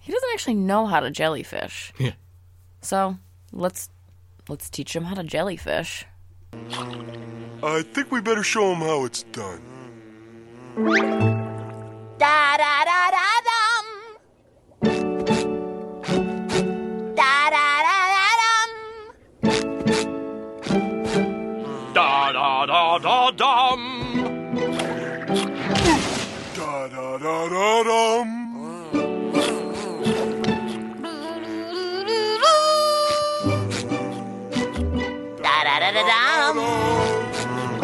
S1: he doesn't actually know how to jellyfish.
S2: *laughs* Yeah.
S1: So let's let's teach him how to jellyfish.
S3: I think we better show him how it's done.
S4: Da da da da dum. Da da da da dum.
S3: Da da da da dum. Da da da da dum.
S4: Da da da da dum.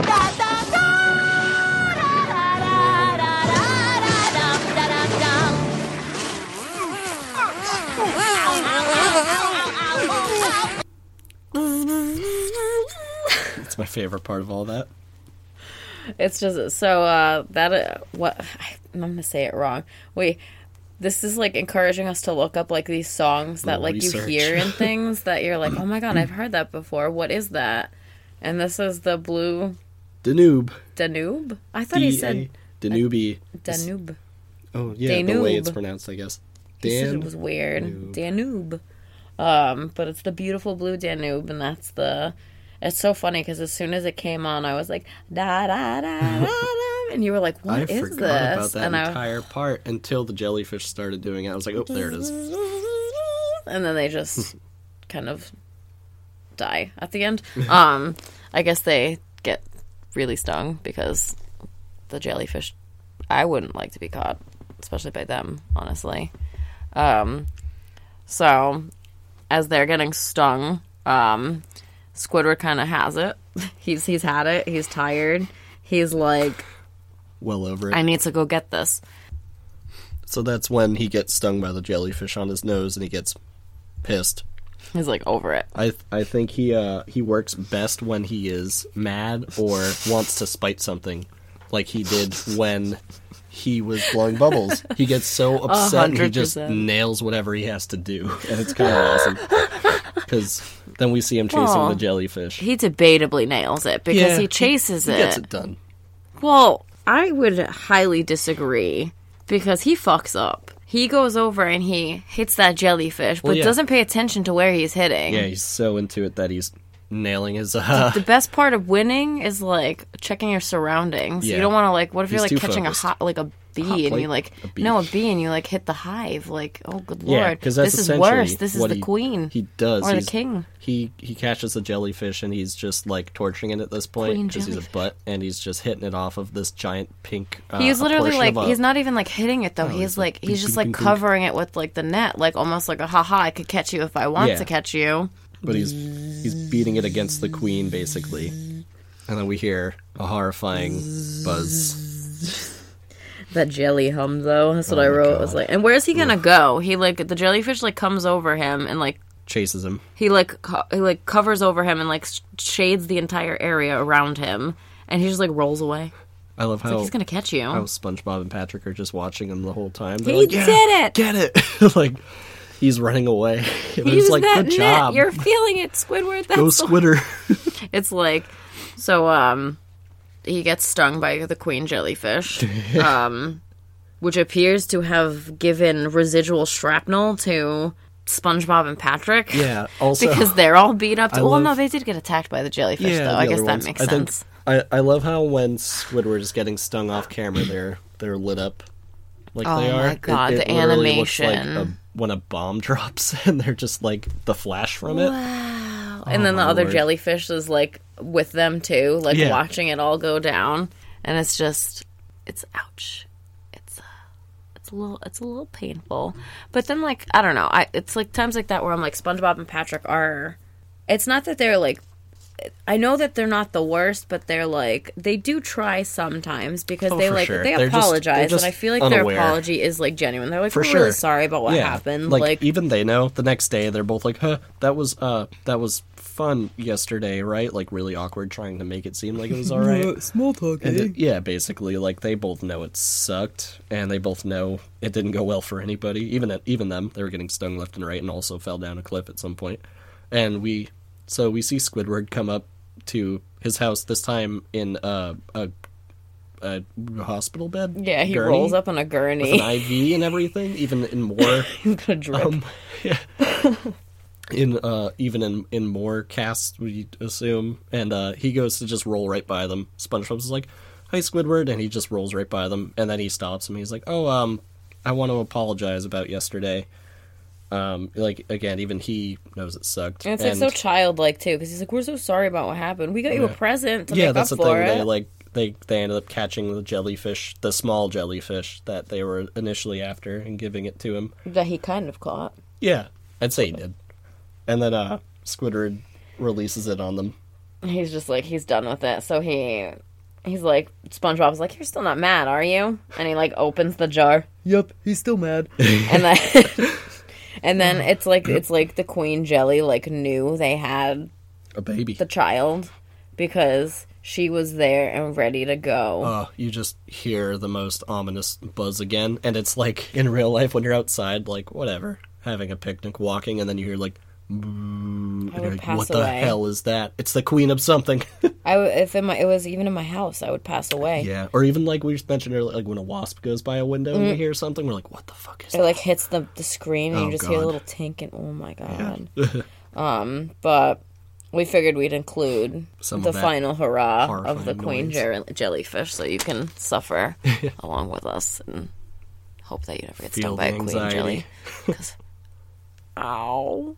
S4: Da da da. Da da da da da dum. Da dum dum.
S2: It's my favorite part of all that.
S1: It's just so uh, that uh, what I'm gonna say it wrong. Wait, this is like encouraging us to look up like these songs that like
S2: Research.
S1: you hear and things that you're like, oh my god, I've heard that before. What is that? And this is the Blue
S2: Danube.
S1: Danube. I thought he said
S2: D-A- Danube.
S1: Danube.
S2: Oh, yeah, the way it's
S1: Danube.
S2: pronounced, I guess.
S1: He said
S2: Dan.
S1: it was weird. Danube. Um, but it's the beautiful blue Danube, and that's the. It's so funny because as soon as it came on, I was like da da da da,
S2: *laughs*
S1: da and you were like,
S2: I
S1: "What is
S2: forgot
S1: this?"
S2: about
S1: and
S2: that entire part until the jellyfish started doing it. I was like, oh, there
S1: *laughs*
S2: it is.
S1: and then they
S2: *laughs*
S1: just kind of die at the end. Um, I guess they get really stung because the jellyfish. I wouldn't like to be caught, especially by them, honestly. Um, so as they're getting stung, um, Squidward kind of has it. *laughs* He's he's had it. He's tired. He's like,
S2: Well over it.
S1: I need to go get this.
S2: So that's when he gets stung by the jellyfish on his nose and he gets pissed.
S1: He's like over it.
S2: I th- I think he uh he works best when he is mad or wants to spite something, like he did when he was blowing bubbles. He
S1: *laughs*
S2: gets so upset and he just
S1: 100%.
S2: nails whatever he has to do, and it's kind of *laughs* awesome because then we see him chasing
S1: Aw.
S2: the jellyfish.
S1: He debatably nails it because
S2: Yeah,
S1: he
S2: he-
S1: chases
S2: He
S1: it.
S2: gets it done.
S1: Well, I would highly disagree because he fucks up. He goes over and he hits that jellyfish, but
S2: yeah.
S1: doesn't pay attention to where he's hitting.
S2: Yeah, he's so into it that he's nailing his. Uh,
S1: The best part of winning is like checking your surroundings. You
S2: Yeah.
S1: don't want to like. What if
S2: He's
S1: you're like
S2: too
S1: catching
S2: focused.
S1: a hot like a bee
S2: Hot
S1: and
S2: plate,
S1: you like
S2: a bee.
S1: no a bee and you like hit the hive like oh good
S2: Yeah,
S1: lord
S2: because that's
S1: this is
S2: essentially
S1: worse this is
S2: what
S1: the
S2: he-
S1: queen
S2: He does
S1: or the
S2: He's-
S1: king
S2: He he catches the jellyfish and he's just like torturing it at this point
S1: Queen
S2: because he's a
S1: jellyfish.
S2: butt and he's just hitting it off of this giant pink. Uh,
S1: He's literally
S2: portion
S1: like
S2: of a-
S1: he's not even like hitting it though. he's,
S2: he's like,
S1: like he's
S2: "Boop,
S1: just
S2: boop,
S1: like
S2: boop, boop."
S1: covering it with like the net, like almost like a haha, I could catch you if I want
S2: Yeah.
S1: to catch you.
S2: but he's he's beating it against the queen basically, and then we hear a horrifying buzz.
S1: That jelly hum though, that's what I
S2: Oh my
S1: wrote. It was
S2: God.
S1: like and where's he gonna go? He like the jellyfish like comes over him and like
S2: Chases him.
S1: he like co- he like covers over him and like sh- shades the entire area around him and he just like rolls away.
S2: I love how
S1: He's gonna catch you.
S2: how SpongeBob and Patrick are just watching him the whole time. They're
S1: he
S2: like,
S1: did
S2: "Yeah,
S1: it.
S2: get it. *laughs* like he's running away. *laughs* And
S1: Use
S2: it's like
S1: that net.
S2: good job.
S1: You're feeling it, Squidward. That's
S2: Go
S1: *laughs* the
S2: Squitter.
S1: It's like so um he gets stung by the queen
S2: *laughs*
S1: jellyfish. um which appears to have given residual shrapnel to SpongeBob and Patrick.
S2: yeah. Also
S1: Because they're all beat up. To-
S2: I
S1: well, no,
S2: love-
S1: they did get attacked by the jellyfish, though.
S2: the
S1: I guess
S2: other
S1: that
S2: ones.
S1: makes
S2: I think-
S1: sense.
S2: I, I love how when Squidward is getting stung off camera, they're they're lit up like
S1: Oh
S2: they
S1: my
S2: are.
S1: God, the
S2: literally looks like
S1: animation.
S2: a- when a bomb *laughs* drops and they're just like the flash from it.
S1: and then the
S2: my
S1: other
S2: Oh, lord.
S1: jellyfish is like with them too, like
S2: Yeah.
S1: watching it all go down. And it's just, it's ouch. It's uh, it's a little, it's a little painful. But then like I don't know, I it's like times like that where I'm like SpongeBob and Patrick are. It's not that they're like. I know that they're not the worst, but they're like they do try sometimes because they
S2: Oh, for
S1: like
S2: sure.
S1: they
S2: They're just- they're
S1: apologize,
S2: just
S1: and I feel like
S2: unaware.
S1: their apology is like genuine. They're like,
S2: For
S1: we're really
S2: sure.
S1: sorry about what happened.
S2: Like, e-
S1: Like,
S2: even they know. The next day they're both like, "Huh, that was uh that was fun yesterday, right?" Like really awkward trying to make it seem like it
S1: *laughs*
S2: was all right.
S5: Small talk,
S1: eh?
S2: And it- yeah, basically, like they both know it sucked, and they both know it didn't go well for anybody. Even even them, they were getting stung left and right, and also fell down a cliff at some point. And we, so we see Squidward come up to his house this time in uh, a a hospital bed.
S1: yeah, he
S2: gurney,
S1: rolls up on a *laughs*
S2: with an um,
S1: gurney.
S2: IV and everything,
S1: *laughs*
S2: even in more
S1: He's gonna drip.
S2: in uh even in in more casts we assume and uh he goes to just roll right by them spongebob's like hi squidward and he just rolls right by them and then he stops and he's like oh um i want to apologize about yesterday um like again even he knows it sucked
S1: And it's like so childlike too, because he's like, "We're so sorry about what happened. We got you a present to
S2: yeah
S1: make
S2: that's the
S1: up
S2: thing
S1: for it."
S2: they like they they ended up catching the jellyfish the small jellyfish that they were initially after and giving it to him
S1: that he kind of caught.
S2: yeah i'd say he did and then uh squidward releases it on them
S1: He's just like he's done with it, so he he's like SpongeBob's like, "You're still not mad, are you?" And he like opens the jar,
S5: Yep, he's still mad.
S1: and then *laughs* and then it's like it's like the Queen Jelly like knew they had
S2: a baby
S1: the child because she was there and ready to go.
S2: Uh, you just hear the most ominous buzz again, and it's like in real life when you're outside, like whatever, having a picnic, walking, and then you hear like, "Boo," and
S1: would
S2: you're like,
S1: pass
S2: what the
S1: away.
S2: hell is that? It's the queen of something. *laughs*
S1: I w- if in my, it was even in my house, I would pass away.
S2: yeah, or even like we just mentioned earlier, like when a wasp goes by a window
S1: Mm.
S2: and we hear something, we're like, what the fuck is
S1: It
S2: that?
S1: like hits the the screen and
S2: Oh,
S1: you just hear a
S2: God.
S1: little tink and oh my god.
S2: *laughs*
S1: um, but we figured we'd include
S2: Some
S1: the
S2: of that
S1: final hurrah of the
S2: horrifying
S1: queen
S2: noise.
S1: jer- jellyfish, so you can
S2: *laughs*
S1: suffer along with us and hope that you never get stung
S2: Feel
S1: by a
S2: the
S1: queen jelly.
S2: anxiety.
S1: *laughs* 'Cause- Ow.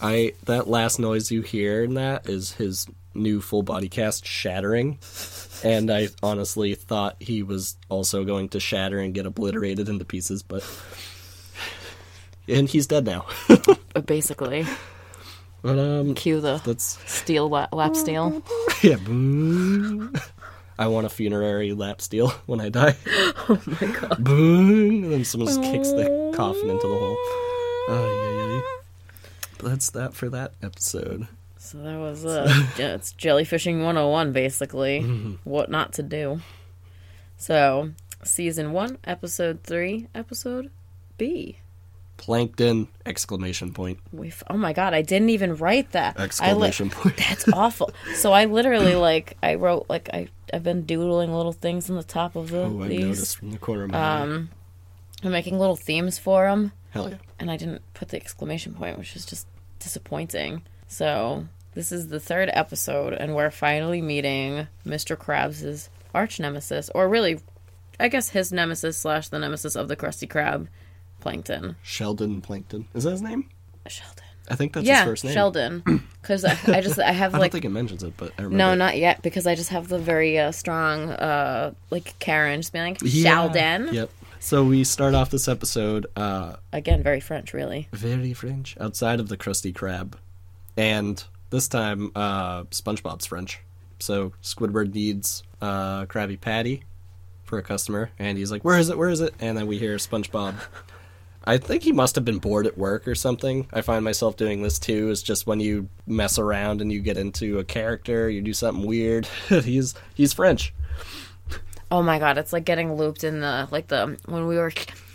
S2: I that last noise you hear in that is his new full body cast shattering. And I honestly thought he was also going to shatter and get obliterated into pieces, but and he's dead now. *laughs*
S1: Uh, Basically,
S2: but um
S1: cue
S2: *laughs*
S1: the
S2: that's
S1: steel wa- lap steel.
S2: yeah. boom. I want a funerary lap steel when I die. *laughs* Oh my god. Boom. And then someone just kicks the coffin into the hole. Oh, yeah, yeah, But that's that for that episode.
S1: So that was uh, *laughs* je- oh
S2: Mm-hmm.
S1: it's jellyfishing 101 basically. What not to do. So season one, episode three, episode B.
S2: Plankton! Exclamation point!
S1: We f- oh my god, I didn't even write that. I li-
S2: Exclamation
S1: *laughs*
S2: point!
S1: That's awful. So I
S2: *laughs*
S1: literally like I wrote like I I've been doodling little things on the top of the
S2: Oh, I
S1: these.
S2: noticed from the corner of my
S1: Um,
S2: eye.
S1: I'm making little themes for them,
S2: Hell yeah!
S1: and I didn't put the exclamation point, which is just disappointing. So this is the third episode, and we're finally meeting Mr. Krabs' arch nemesis, or really, I guess his nemesis slash the nemesis of the Krusty Krab, Plankton
S2: Sheldon Plankton. Is that his name?
S1: Sheldon.
S2: I think that's
S1: yeah,
S2: his first name. *clears throat*
S1: Sheldon. Because I, I just I have
S2: I
S1: like
S2: don't think it mentions it, but I remember.
S1: No,
S2: it.
S1: not yet, because I just have the very uh, strong, uh, like Karen, just being like
S2: Yeah.
S1: Sheldon.
S2: Yep. So we start off this episode uh,
S1: Again, very French, really.
S2: very French, outside of the Krusty Krab, and this time uh, SpongeBob's French. So Squidward needs uh, Krabby Patty for a customer, and he's like, "Where is it? Where is it?" And then we hear *laughs* SpongeBob. I think he must have been bored at work or something. I find myself doing this too. Is just when you mess around and you get into a character, you do something weird. *laughs* he's he's French.
S1: Oh my god, it's like getting looped in the like the when we were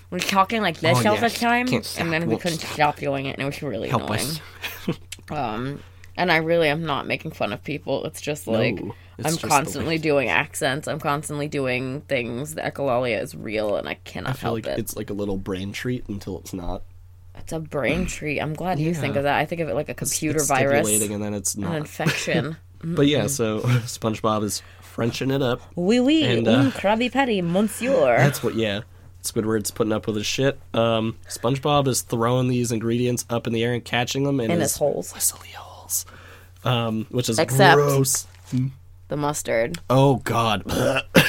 S1: we were talking like this
S2: Oh,
S1: all
S2: yeah.
S1: the time,
S2: Can't stop,
S1: and then we
S2: won't
S1: couldn't
S2: stop.
S1: stop doing it, and it was really
S2: Help
S1: annoying. *laughs* Um,
S2: us. *laughs*
S1: And I really am not making fun of people. It's just like
S2: it's
S1: I'm
S2: just the way-
S1: constantly doing accents. I'm constantly doing things. The echolalia is real, and I cannot
S2: I feel
S1: help
S2: like
S1: it.
S2: it's like a little brain treat until it's not.
S1: It's a
S2: *clears throat*
S1: brain treat. I'm glad you think
S2: Yeah.
S1: of that. I think of it like a computer
S2: it's
S1: virus,
S2: stimulating uh, and then it's
S1: an
S2: not. *laughs*
S1: infection.
S2: But yeah, so *laughs* SpongeBob is Frenching it up.
S1: Oui, oui,
S2: And,
S1: un
S2: uh,
S1: Krabby Patty, monsieur.
S2: That's what. Yeah, Squidward's putting up with his shit. Um, SpongeBob is throwing these ingredients up in the air and catching them in,
S1: In his holes.
S2: whistly holes, um, which is
S1: Except-
S2: gross.
S1: The mustard,
S2: Oh
S1: *laughs*
S2: God,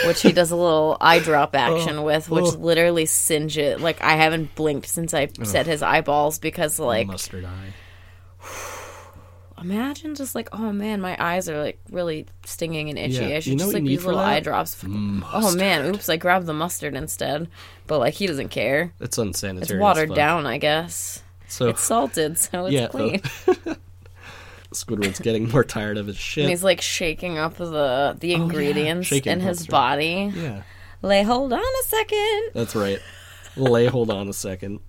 S1: which he does a
S2: *laughs*
S1: little eye drop action with, which
S2: oh.
S1: literally singes. Like, I haven't blinked since I said his eyeballs because, like,
S2: *laughs* mustard eye.
S1: imagine just like, oh man, my eyes are like really stinging and itchy.
S2: Yeah.
S1: I should
S2: You know
S1: just
S2: what
S1: like
S2: you need
S1: use
S2: for
S1: little
S2: that? Mm,
S1: eye drops. Oh man, oops, I grabbed the mustard instead. But, like, he doesn't care.
S2: It's unsanitary.
S1: It's
S2: as
S1: watered
S2: fuck.
S1: down, I guess.
S2: So
S1: It's salted, so it's
S2: Yeah, uh,
S1: clean.
S2: *laughs* Squidward's getting more
S1: *laughs*
S2: tired of his shit.
S1: And he's like shaking up the the ingredients
S2: Oh, shaking
S1: in his
S2: mustard.
S1: body.
S2: yeah,
S1: Lay hold on a second.
S2: that's right. Lay hold on a second.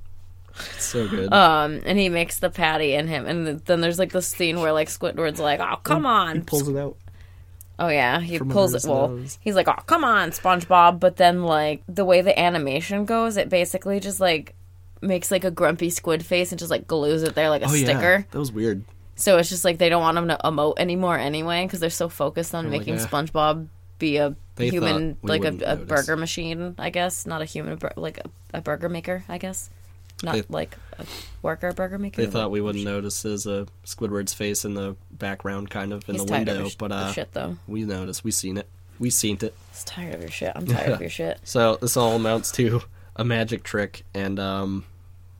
S2: It's so good.
S1: Um, and he makes the patty in him, and th- then there's like this scene where like Squidward's like, "Oh come on!"
S2: he pulls it out.
S1: oh yeah, he
S2: from
S1: pulls
S2: under
S1: it.
S2: his
S1: Well,
S2: nose.
S1: he's like, "Oh come on, SpongeBob!" But then like the way the animation goes, it basically just like makes like a grumpy squid face and just like glues it there like a
S2: Oh yeah,
S1: sticker.
S2: that was weird.
S1: So it's just like they don't want him to emote anymore anyway because they're so focused on making
S2: yeah.
S1: SpongeBob be a
S2: They
S1: human,
S2: thought we
S1: like a,
S2: wouldn't
S1: a
S2: notice.
S1: burger machine, I guess. Not a human, bur- like a, a burger maker, I guess. Not
S2: They-
S1: like a worker burger maker.
S2: They thought we wouldn't notice his uh, Squidward's face in the background, kind of in
S1: He's
S2: the
S1: tired of
S2: window,
S1: your sh-
S2: but
S1: of
S2: uh,
S1: shit though.
S2: we noticed. We seen it. We seen it.
S1: He's tired of your shit.
S2: *laughs*
S1: I'm tired of your shit.
S2: So this all amounts to a magic trick, and um,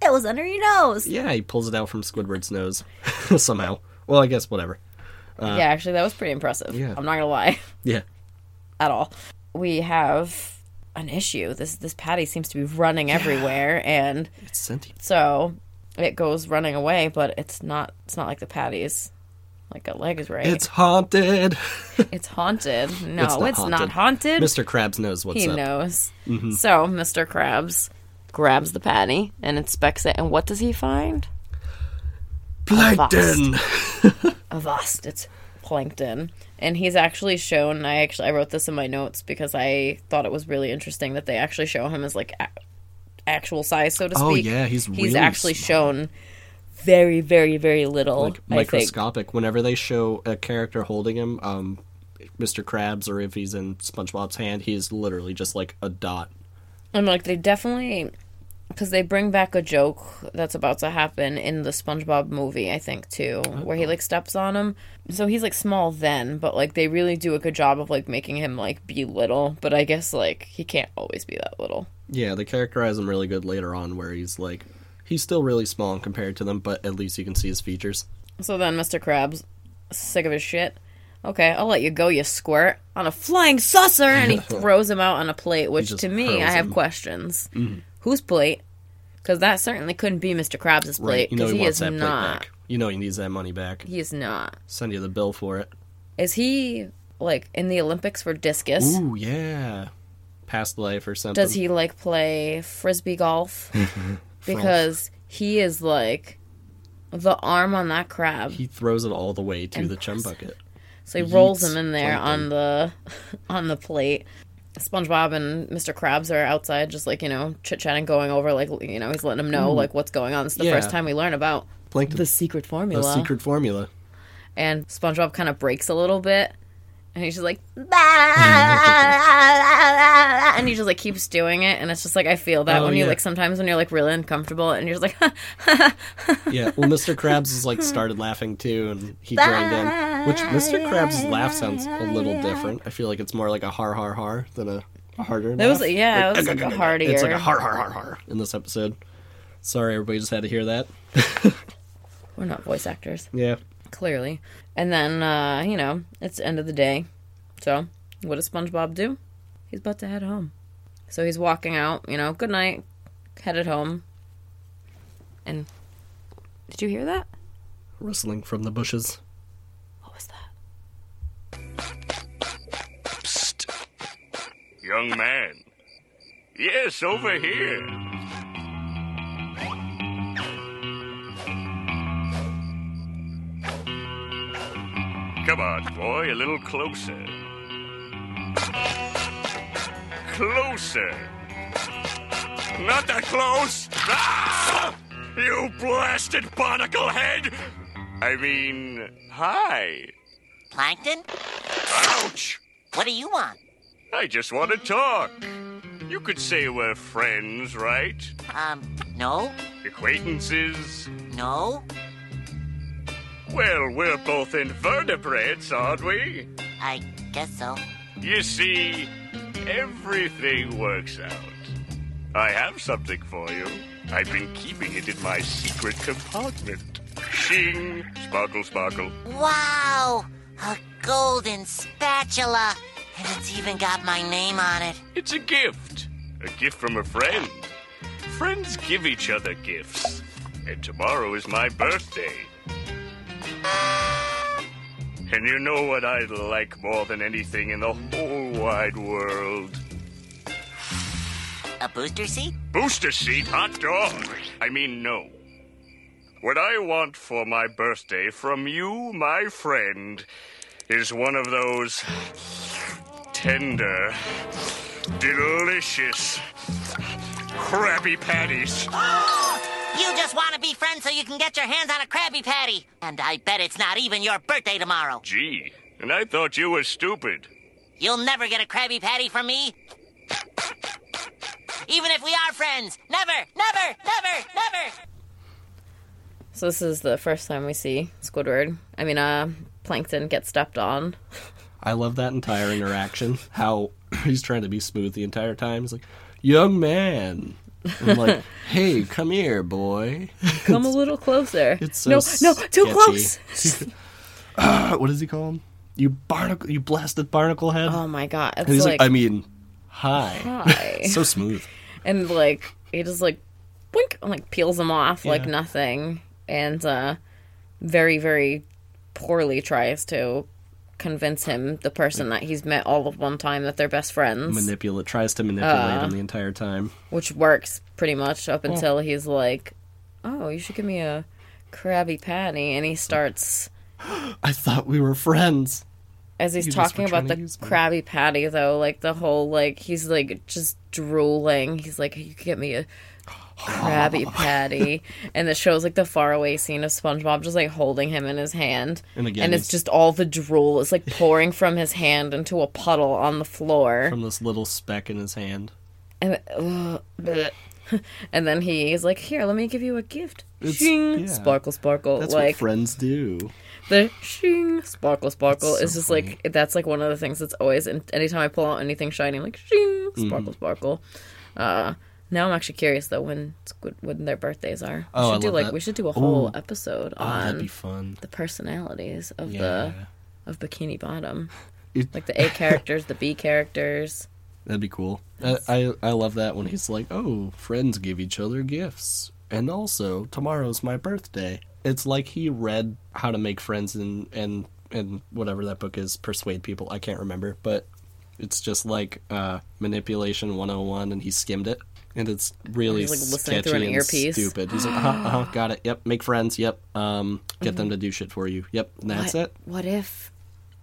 S1: It was under your nose.
S2: yeah, he pulls it out from Squidward's nose *laughs* somehow. Well, I guess whatever.
S1: yeah, actually, that was pretty impressive.
S2: Uh, Yeah.
S1: I'm not gonna lie, *laughs*
S2: Yeah,
S1: at all. We have an issue. This this patty seems to be running everywhere, and
S2: it's sentient.
S1: So it goes running away, but it's not. It's not like the patties. Like a leg is right.
S2: It's haunted.
S1: *laughs* It's haunted. No,
S2: It's
S1: it's
S2: not
S1: not
S2: haunted.
S1: haunted.
S2: Mr. Krabs knows what's
S1: He
S2: up. Mm-hmm.
S1: knows. So Mr. Krabs grabs the patty and inspects it. And what does he find?
S2: Plankton.
S1: Avast. It's plankton. And he's actually shown. I actually I wrote this in my notes because I thought it was really interesting that they actually show him as like a- actual size, so to speak.
S2: Oh, yeah, he's
S1: he's
S2: really
S1: actually shown very, very, very little.
S2: Like
S1: I think.
S2: microscopic. Whenever they show a character holding him, um, Mr. Krabs, or if he's in SpongeBob's hand, he is literally just like a dot.
S1: And like they definitely, because they bring back a joke that's about to happen in the SpongeBob movie, I think too, where he like steps on him. So he's like small then, but like they really do a good job of like making him like be little. But I guess like he can't always be that little.
S2: Yeah, they characterize him really good later on, where he's like, he's still really small compared to them, but at least you can see his features.
S1: So then Mr. Krabs, sick of his shit. Okay, I'll let you go, you squirt, on a flying saucer, and
S2: *laughs*
S1: he throws him out on a plate. Which
S2: just
S1: to me,
S2: hurls
S1: I have
S2: him. Mm-hmm.
S1: questions. Whose plate? Because that certainly couldn't be Mr. Krabs's plate.
S2: you know
S1: Because
S2: he,
S1: he,
S2: wants
S1: is
S2: that plate
S1: not.
S2: back. You know he needs that money back.
S1: He is not.
S2: Send you the bill for it.
S1: Is he like in the Olympics for discus?
S2: Ooh yeah, past life or something.
S1: Does he like play frisbee
S2: *laughs*
S1: golf? because he is like the arm on that crab.
S2: He throws it all the way to the chum bucket.
S1: So he rolls
S2: yeets
S1: him in there on the *laughs* on the plate. SpongeBob and Mr. Krabs are outside, just like you know, chit chatting, going over like you know, he's letting him know like what's going on. It's the
S2: Hmm. Yeah.
S1: first time we learn about
S2: Plankton,
S1: the secret
S2: the
S1: formula.
S2: secret formula.
S1: And SpongeBob kind of breaks a little bit, and he's just like, *laughs* and he just like keeps doing it, and it's just like I feel that
S2: Oh,
S1: when you
S2: yeah.
S1: like sometimes when you're like really uncomfortable, and you're just like, *laughs*
S2: Yeah, well, Mr. Krabs is like started laughing too, and he joined in. Which Mr. Krabs' laugh sounds a little different. I feel like it's more like a har har har than a, a harder.
S1: that was
S2: laugh.
S1: yeah, it was like a hardier.
S2: *laughs* It's like a har har har har in this episode. Sorry, everybody just had to hear that.
S1: We're not voice actors.
S2: Yeah,
S1: clearly. And then, uh, you know, it's the end of the day. So, what does SpongeBob do? He's about to head home. So he's walking out, you know, good night, headed home. And did you hear that?
S2: rustling from the bushes.
S1: What was that?
S3: Young man. Yes, over here. Come on, boy, a little closer. Closer. Not that close. Ah! You blasted barnacle head! I mean, hi.
S4: Plankton,
S3: Ouch!
S4: what do you want?
S3: I just want to talk. You could say we're friends, right?
S4: Um, no,
S3: Acquaintances.
S4: no.
S3: Well, we're both invertebrates, aren't we?
S4: I guess so.
S3: You see, everything works out. I have something for you. I've been keeping it in my secret compartment. Shing! Sparkle, sparkle.
S4: Wow, a golden spatula, and it's even got my name on it.
S3: It's a gift. A gift from a friend. Friends give each other gifts. And tomorrow is my birthday. And you know what I'd like more than anything in the whole wide world?
S4: A booster seat?
S3: Booster seat, hot dog. I mean, no. What I want for my birthday from you, my friend, is one of those tender, delicious Krabby Patties.
S4: You just want to be friends so you can get your hands on a Krabby Patty. And I bet it's not even your birthday tomorrow.
S3: Gee, and I thought you were stupid.
S4: You'll never get a Krabby Patty from me. Even if we are friends. Never, never, never, never.
S1: So this is the first time we see Squidward. I mean, uh, Plankton get stepped
S2: *laughs*
S1: on.
S2: I love that entire interaction. How *laughs* he's trying to be smooth the entire time. He's like, "Young man,"
S1: *laughs*
S2: I'm like, "Hey, come here, boy."
S1: Come a little closer.
S2: It's so
S1: no, no, too
S2: sketchy. *laughs*
S1: close.
S2: Uh, *sighs* what does he call him? You barnacle, you blasted barnacle head.
S1: oh my god, it's
S2: and he's
S1: like,
S2: like,
S1: *laughs*
S2: "I mean, hi." *laughs*
S1: hi.
S2: so smooth.
S1: and like he just like blink and like peels them off like
S2: Yeah.
S1: nothing and uh very very poorly tries to convince him the person that he's met all of one time that they're best friends
S2: Manipulate tries to manipulate him
S1: Uh.
S2: the entire time.
S1: which works pretty much up until he's like oh you should give me a Krabby Patty and he starts
S2: I thought we were friends.
S1: as he's
S2: You just
S1: talking
S2: were
S1: about
S2: trying
S1: the
S2: to use me.
S1: Krabby Patty though like the whole like he's like just drooling he's like you could get me a
S2: *laughs*
S1: Krabby Patty, and it shows like the faraway scene of SpongeBob just like holding him in his hand,
S2: And again,
S1: it's
S2: he's-
S1: just all the drool is like pouring from his hand into a puddle on the floor,
S2: From this little speck in his hand.
S1: and ugh, *laughs* bleh. and then he's like, "Here, let me give you a gift."
S2: It's-
S1: Shing,
S2: yeah.
S1: sparkle, sparkle,
S2: That's what
S1: like
S2: friends do.
S1: the shing, sparkle, sparkle
S2: That's so
S1: is just
S2: funny.
S1: like that's like one of the things that's always. And anytime I pull out anything shiny, I'm like shing,
S2: Mm-hmm.
S1: sparkle, sparkle. Uh, now I'm actually curious though when Squid- when their birthdays are.
S2: Oh,
S1: we
S2: I
S1: should do
S2: love
S1: like
S2: that.
S1: we should do a whole
S2: Ooh.
S1: episode
S2: Oh,
S1: on
S2: that'd be fun.
S1: the personalities of
S2: Yeah,
S1: the of Bikini Bottom,
S2: It-
S1: like the A characters, the B
S2: *laughs*
S1: characters.
S2: that'd be cool. I, I I love that when he's like, "Oh, friends give each other gifts, and also tomorrow's my birthday." It's like he read How to Make Friends and and and whatever that book is, persuade people. I can't remember, but It's just like uh, manipulation 101, and he skimmed it, and it's really
S1: He's, like, listening
S2: sketchy
S1: through an
S2: and
S1: earpiece.
S2: stupid. He's like, uh huh, uh-huh, got it. Yep, make friends. Yep, um, get them to do shit for you. Yep, and that's
S1: what,
S2: it.
S1: What if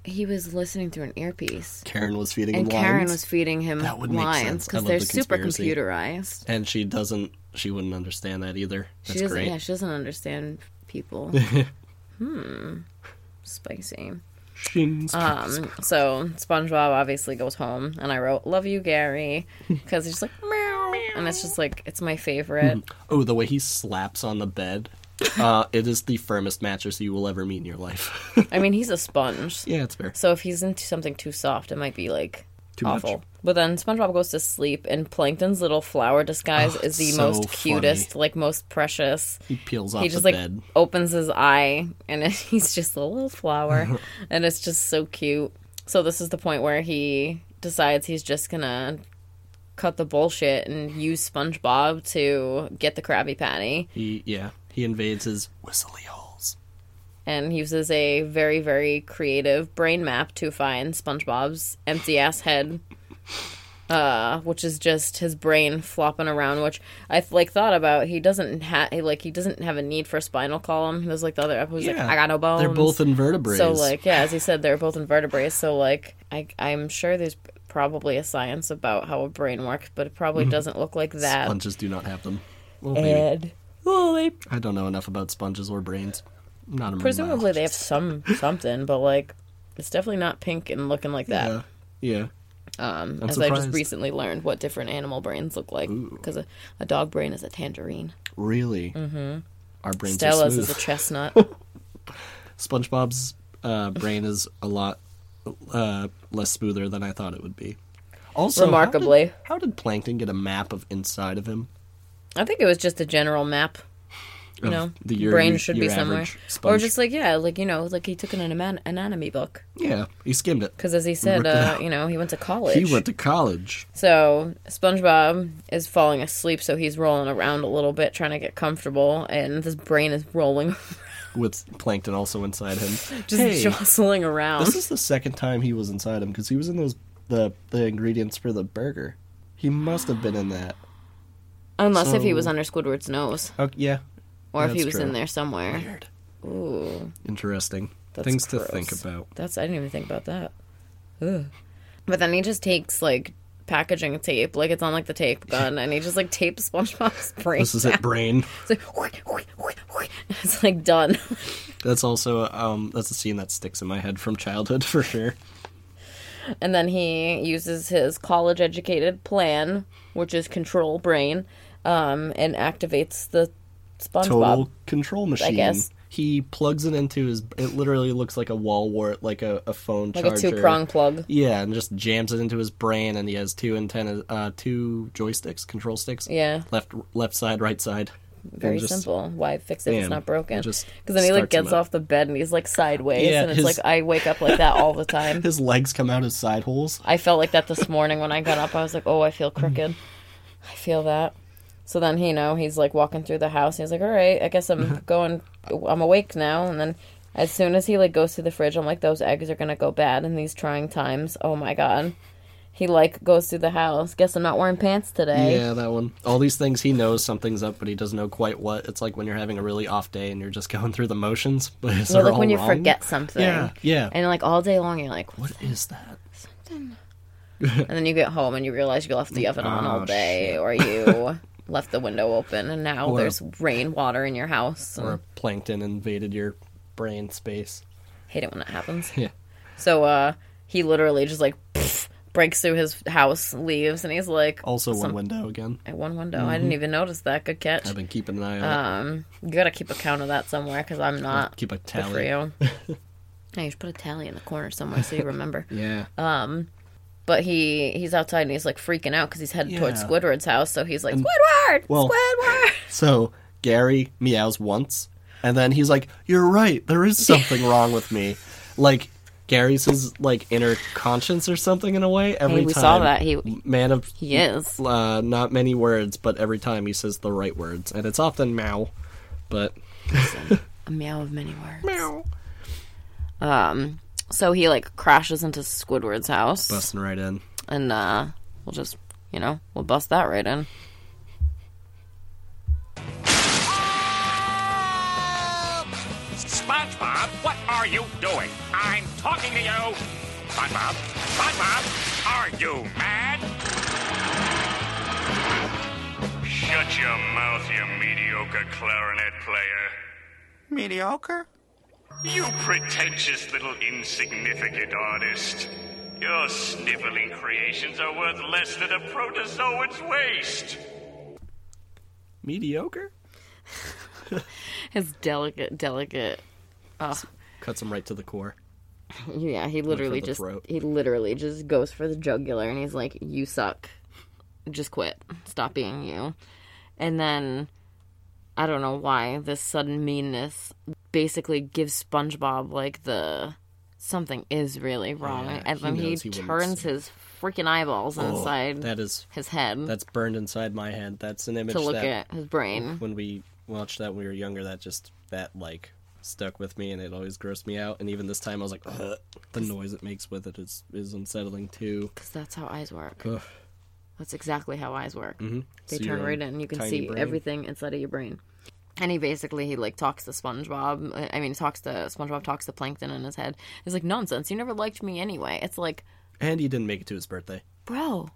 S1: he was listening through an earpiece
S2: Karen was feeding
S1: and
S2: him
S1: Karen
S2: lines,
S1: was feeding him
S2: That would make
S1: lines
S2: sense. I
S1: because
S2: love
S1: they're
S2: the
S1: super
S2: conspiracy.
S1: computerized.
S2: and she doesn't. She wouldn't understand that either.
S1: She
S2: That's
S1: doesn't.
S2: great.
S1: Yeah, she doesn't understand people.
S2: *laughs*
S1: hmm,
S2: Hmm.
S1: spicy.
S2: Shings.
S1: Um, so SpongeBob obviously goes home, and I wrote "Love you,
S2: *laughs*
S1: Gary" because it's just like meow, and it's just like it's my favorite.
S2: oh, the way he slaps on the
S1: *laughs*
S2: bed. Uh, it is the firmest mattress you will ever meet in your life. *laughs*
S1: I mean, he's a sponge,
S2: yeah, it's fair.
S1: so if he's into something too soft, it might be like
S2: Too much.
S1: awful. But then SpongeBob goes to sleep, and Plankton's little flower disguise is the
S2: Ah, so
S1: most
S2: funny.
S1: cutest, like most precious.
S2: He peels off
S1: he just
S2: the
S1: like
S2: bed.
S1: opens his eye and *laughs* he's just a little
S2: *laughs*
S1: flower and it's just so cute so this is the point where he decides he's just gonna cut the bullshit and use spongebob to get the krabby patty
S2: He yeah. He invades his whistly holes.
S1: and uses a very very creative brain map to find spongebob's empty ass head uh, which is just his brain flopping around which i like thought about he doesn't have like he doesn't have a need for a spinal column he was like the other episode he's like i got no bones
S2: They're both invertebrates.
S1: so like yeah as he said they're both invertebrates so like i i'm sure there's probably a science about how a brain works but it probably doesn't look like that
S2: sponges do not have them. Well, Mm-hmm. maybe.
S1: and well, they
S2: I don't know enough about sponges or brains. I'm not a marine
S1: presumably they have some something but like it's definitely not pink and looking like that
S2: biologist. Yeah. Yeah.
S1: um
S2: I'm
S1: as i just
S2: surprised.
S1: recently learned what different animal brains look like because a, a dog brain is a tangerine
S2: Really. Mm-hmm. Our brains
S1: stella's
S2: are
S1: is
S2: smooth.
S1: a chestnut
S2: *laughs* SpongeBob's uh, brain is a lot uh, less smoother than I thought it would be. Also, how did-
S1: Remarkably.
S2: how did, Plankton get a map of inside of him?
S1: i think it was just a general map you
S2: Of
S1: know
S2: the- your-
S1: brain
S2: your-
S1: should
S2: your
S1: be somewhere
S2: average
S1: or
S2: sponge.
S1: just like yeah like you know like he took an anan- anatomy book
S2: Yeah, he skimmed it.
S1: Because as he said,
S2: Ripped it
S1: uh,
S2: out.
S1: you know, he went to college.
S2: He went to college.
S1: so SpongeBob is falling asleep, so he's rolling around a little bit, trying to get comfortable, and his brain is rolling, *laughs*
S2: with plankton also inside him.
S1: just
S2: hey,
S1: jostling around.
S2: this is the second time he was inside him because he was in those the the ingredients for the burger. He must have been in that.
S1: Unless if he
S2: so-
S1: was under Squidward's nose,
S2: Oh yeah,
S1: or if he was
S2: That's
S1: in
S2: true.
S1: there somewhere.
S2: weird,
S1: Ooh,
S2: interesting
S1: That's
S2: things
S1: gross.
S2: to think about.
S1: that's I didn't even think about that. Ugh. But then he just takes like packaging tape, like it's on like the tape gun, and he just like tapes SpongeBob's *laughs* brain.
S2: This is it, brain.
S1: It's like, it's like done.
S2: That's also um that's a scene that sticks in my head from childhood *laughs* for sure.
S1: And then he uses his college educated plan, which is control brain, um, and activates the SpongeBob.
S2: Total control machine.
S1: guess.
S2: He plugs it into his. It literally looks like a wall wart, like a, a phone
S1: like
S2: charger.
S1: a two prong plug.
S2: Yeah, and just jams it into his brain, and he has two antennas, uh, two joysticks, control sticks.
S1: Yeah.
S2: left, left side, right side.
S1: Very
S2: And just-
S1: simple. Why fix it if it's
S2: bam,
S1: not broken?
S2: it just
S1: Because then he like
S2: starts him
S1: gets
S2: up.
S1: off the bed and he's like sideways,
S2: Yeah,
S1: and it's
S2: his-
S1: like I wake up like that
S2: *laughs*
S1: all the time.
S2: His legs come out as side holes.
S1: I felt like that this morning when I got up. I was like, oh, I feel crooked. I feel that. So then, you know, he's like walking through the house. He's like, all right, I guess I'm
S2: *laughs*
S1: going, I'm awake now. And then as soon as he like goes through the fridge, I'm like, those eggs are going to go bad in these trying times. Oh my God. He like goes through the house. Guess I'm not wearing pants today.
S2: Yeah, that one. All these things he knows something's up, but he doesn't know quite what. It's like when you're having a really off day and you're just *laughs* going through the motions, but it's
S1: Or like when you
S2: wrong.
S1: forget something.
S2: Yeah, yeah.
S1: And like all day long, you're like,
S2: what is that?
S1: and then you get home and you realize you left the oven on all
S2: Oh,
S1: day or
S2: *laughs*
S1: you left the window open and now
S2: Or-
S1: there's rain water in your house. and-
S2: Or plankton invaded your brain space.
S1: hate it when that happens.
S2: *laughs* Yeah.
S1: So uh he literally just like pff, breaks through his house, leaves, and he's like
S2: Also,
S1: some-
S2: one window again.
S1: at one window. I
S2: mm-hmm.
S1: didn't even notice that. Good catch.
S2: I've been keeping an eye on it.
S1: Um, you gotta keep a count of that somewhere because I'm not
S2: Keep a
S1: good for
S2: tally.
S1: you.
S2: *laughs*
S1: yeah, you should put a tally in the corner somewhere so you remember.
S2: Yeah.
S1: Uh, But he he's outside and he's like freaking out because he's headed towards
S2: Yeah.
S1: Squidward's house. So he's like Squidward,
S2: well-
S1: Squidward.
S2: So Gary meows once, and then he's like, "You're right. There is
S1: *laughs*
S2: something wrong with me." Like Gary's his like inner conscience or something in a way. Every
S1: we
S2: time,
S1: saw that. He-
S2: man of
S1: He is.
S2: uh, not many words, but every time he says the right words, and it's often meow, but
S1: A meow of many words.
S2: meow.
S1: Um, So he like crashes into Squidward's house,
S2: Busting right in.
S1: and uh, we'll just you know we'll bust that right in.
S5: SpongeBob, what are you doing? I'm talking to you. SpongeBob, SpongeBob, are you mad?
S3: Shut your mouth, you mediocre clarinet player.
S6: Mediocre?
S3: You pretentious little insignificant artist. Your sniveling creations are worth less than a protozoan's waste.
S2: Mediocre?
S1: His delicate, delicate.
S2: Cuts him right to the core.
S1: Yeah, he literally
S2: the
S1: just
S2: throat.
S1: he literally just goes for the jugular, and he's like, "You suck, just quit, stop being you." And then I don't know why this sudden meanness basically gives SpongeBob like the something is really wrong,
S2: yeah,
S1: and
S2: he
S1: then he,
S2: knows he wouldn't
S1: turns his freaking eyeballs inside
S2: That is
S1: his head
S2: that's burned inside my head. That's an image
S1: to look
S2: that
S1: at his brain.
S2: when we watched that when we were younger, that just that like stuck with me, and it always grossed me out. And even this time, I was like, Ugh. the noise it makes with it is is unsettling too.
S1: Because that's how eyes work.
S2: Ugh.
S1: That's exactly how eyes work. They
S2: So
S1: turn
S2: your
S1: right in. You can
S2: tiny
S1: see
S2: brain.
S1: everything inside of your brain. And he basically he like talks to SpongeBob. I- I mean, talks to SpongeBob talks to Plankton in his head. He's like, "Nonsense! You never liked me anyway." It's like,
S2: And he didn't make it to his birthday.
S1: bro,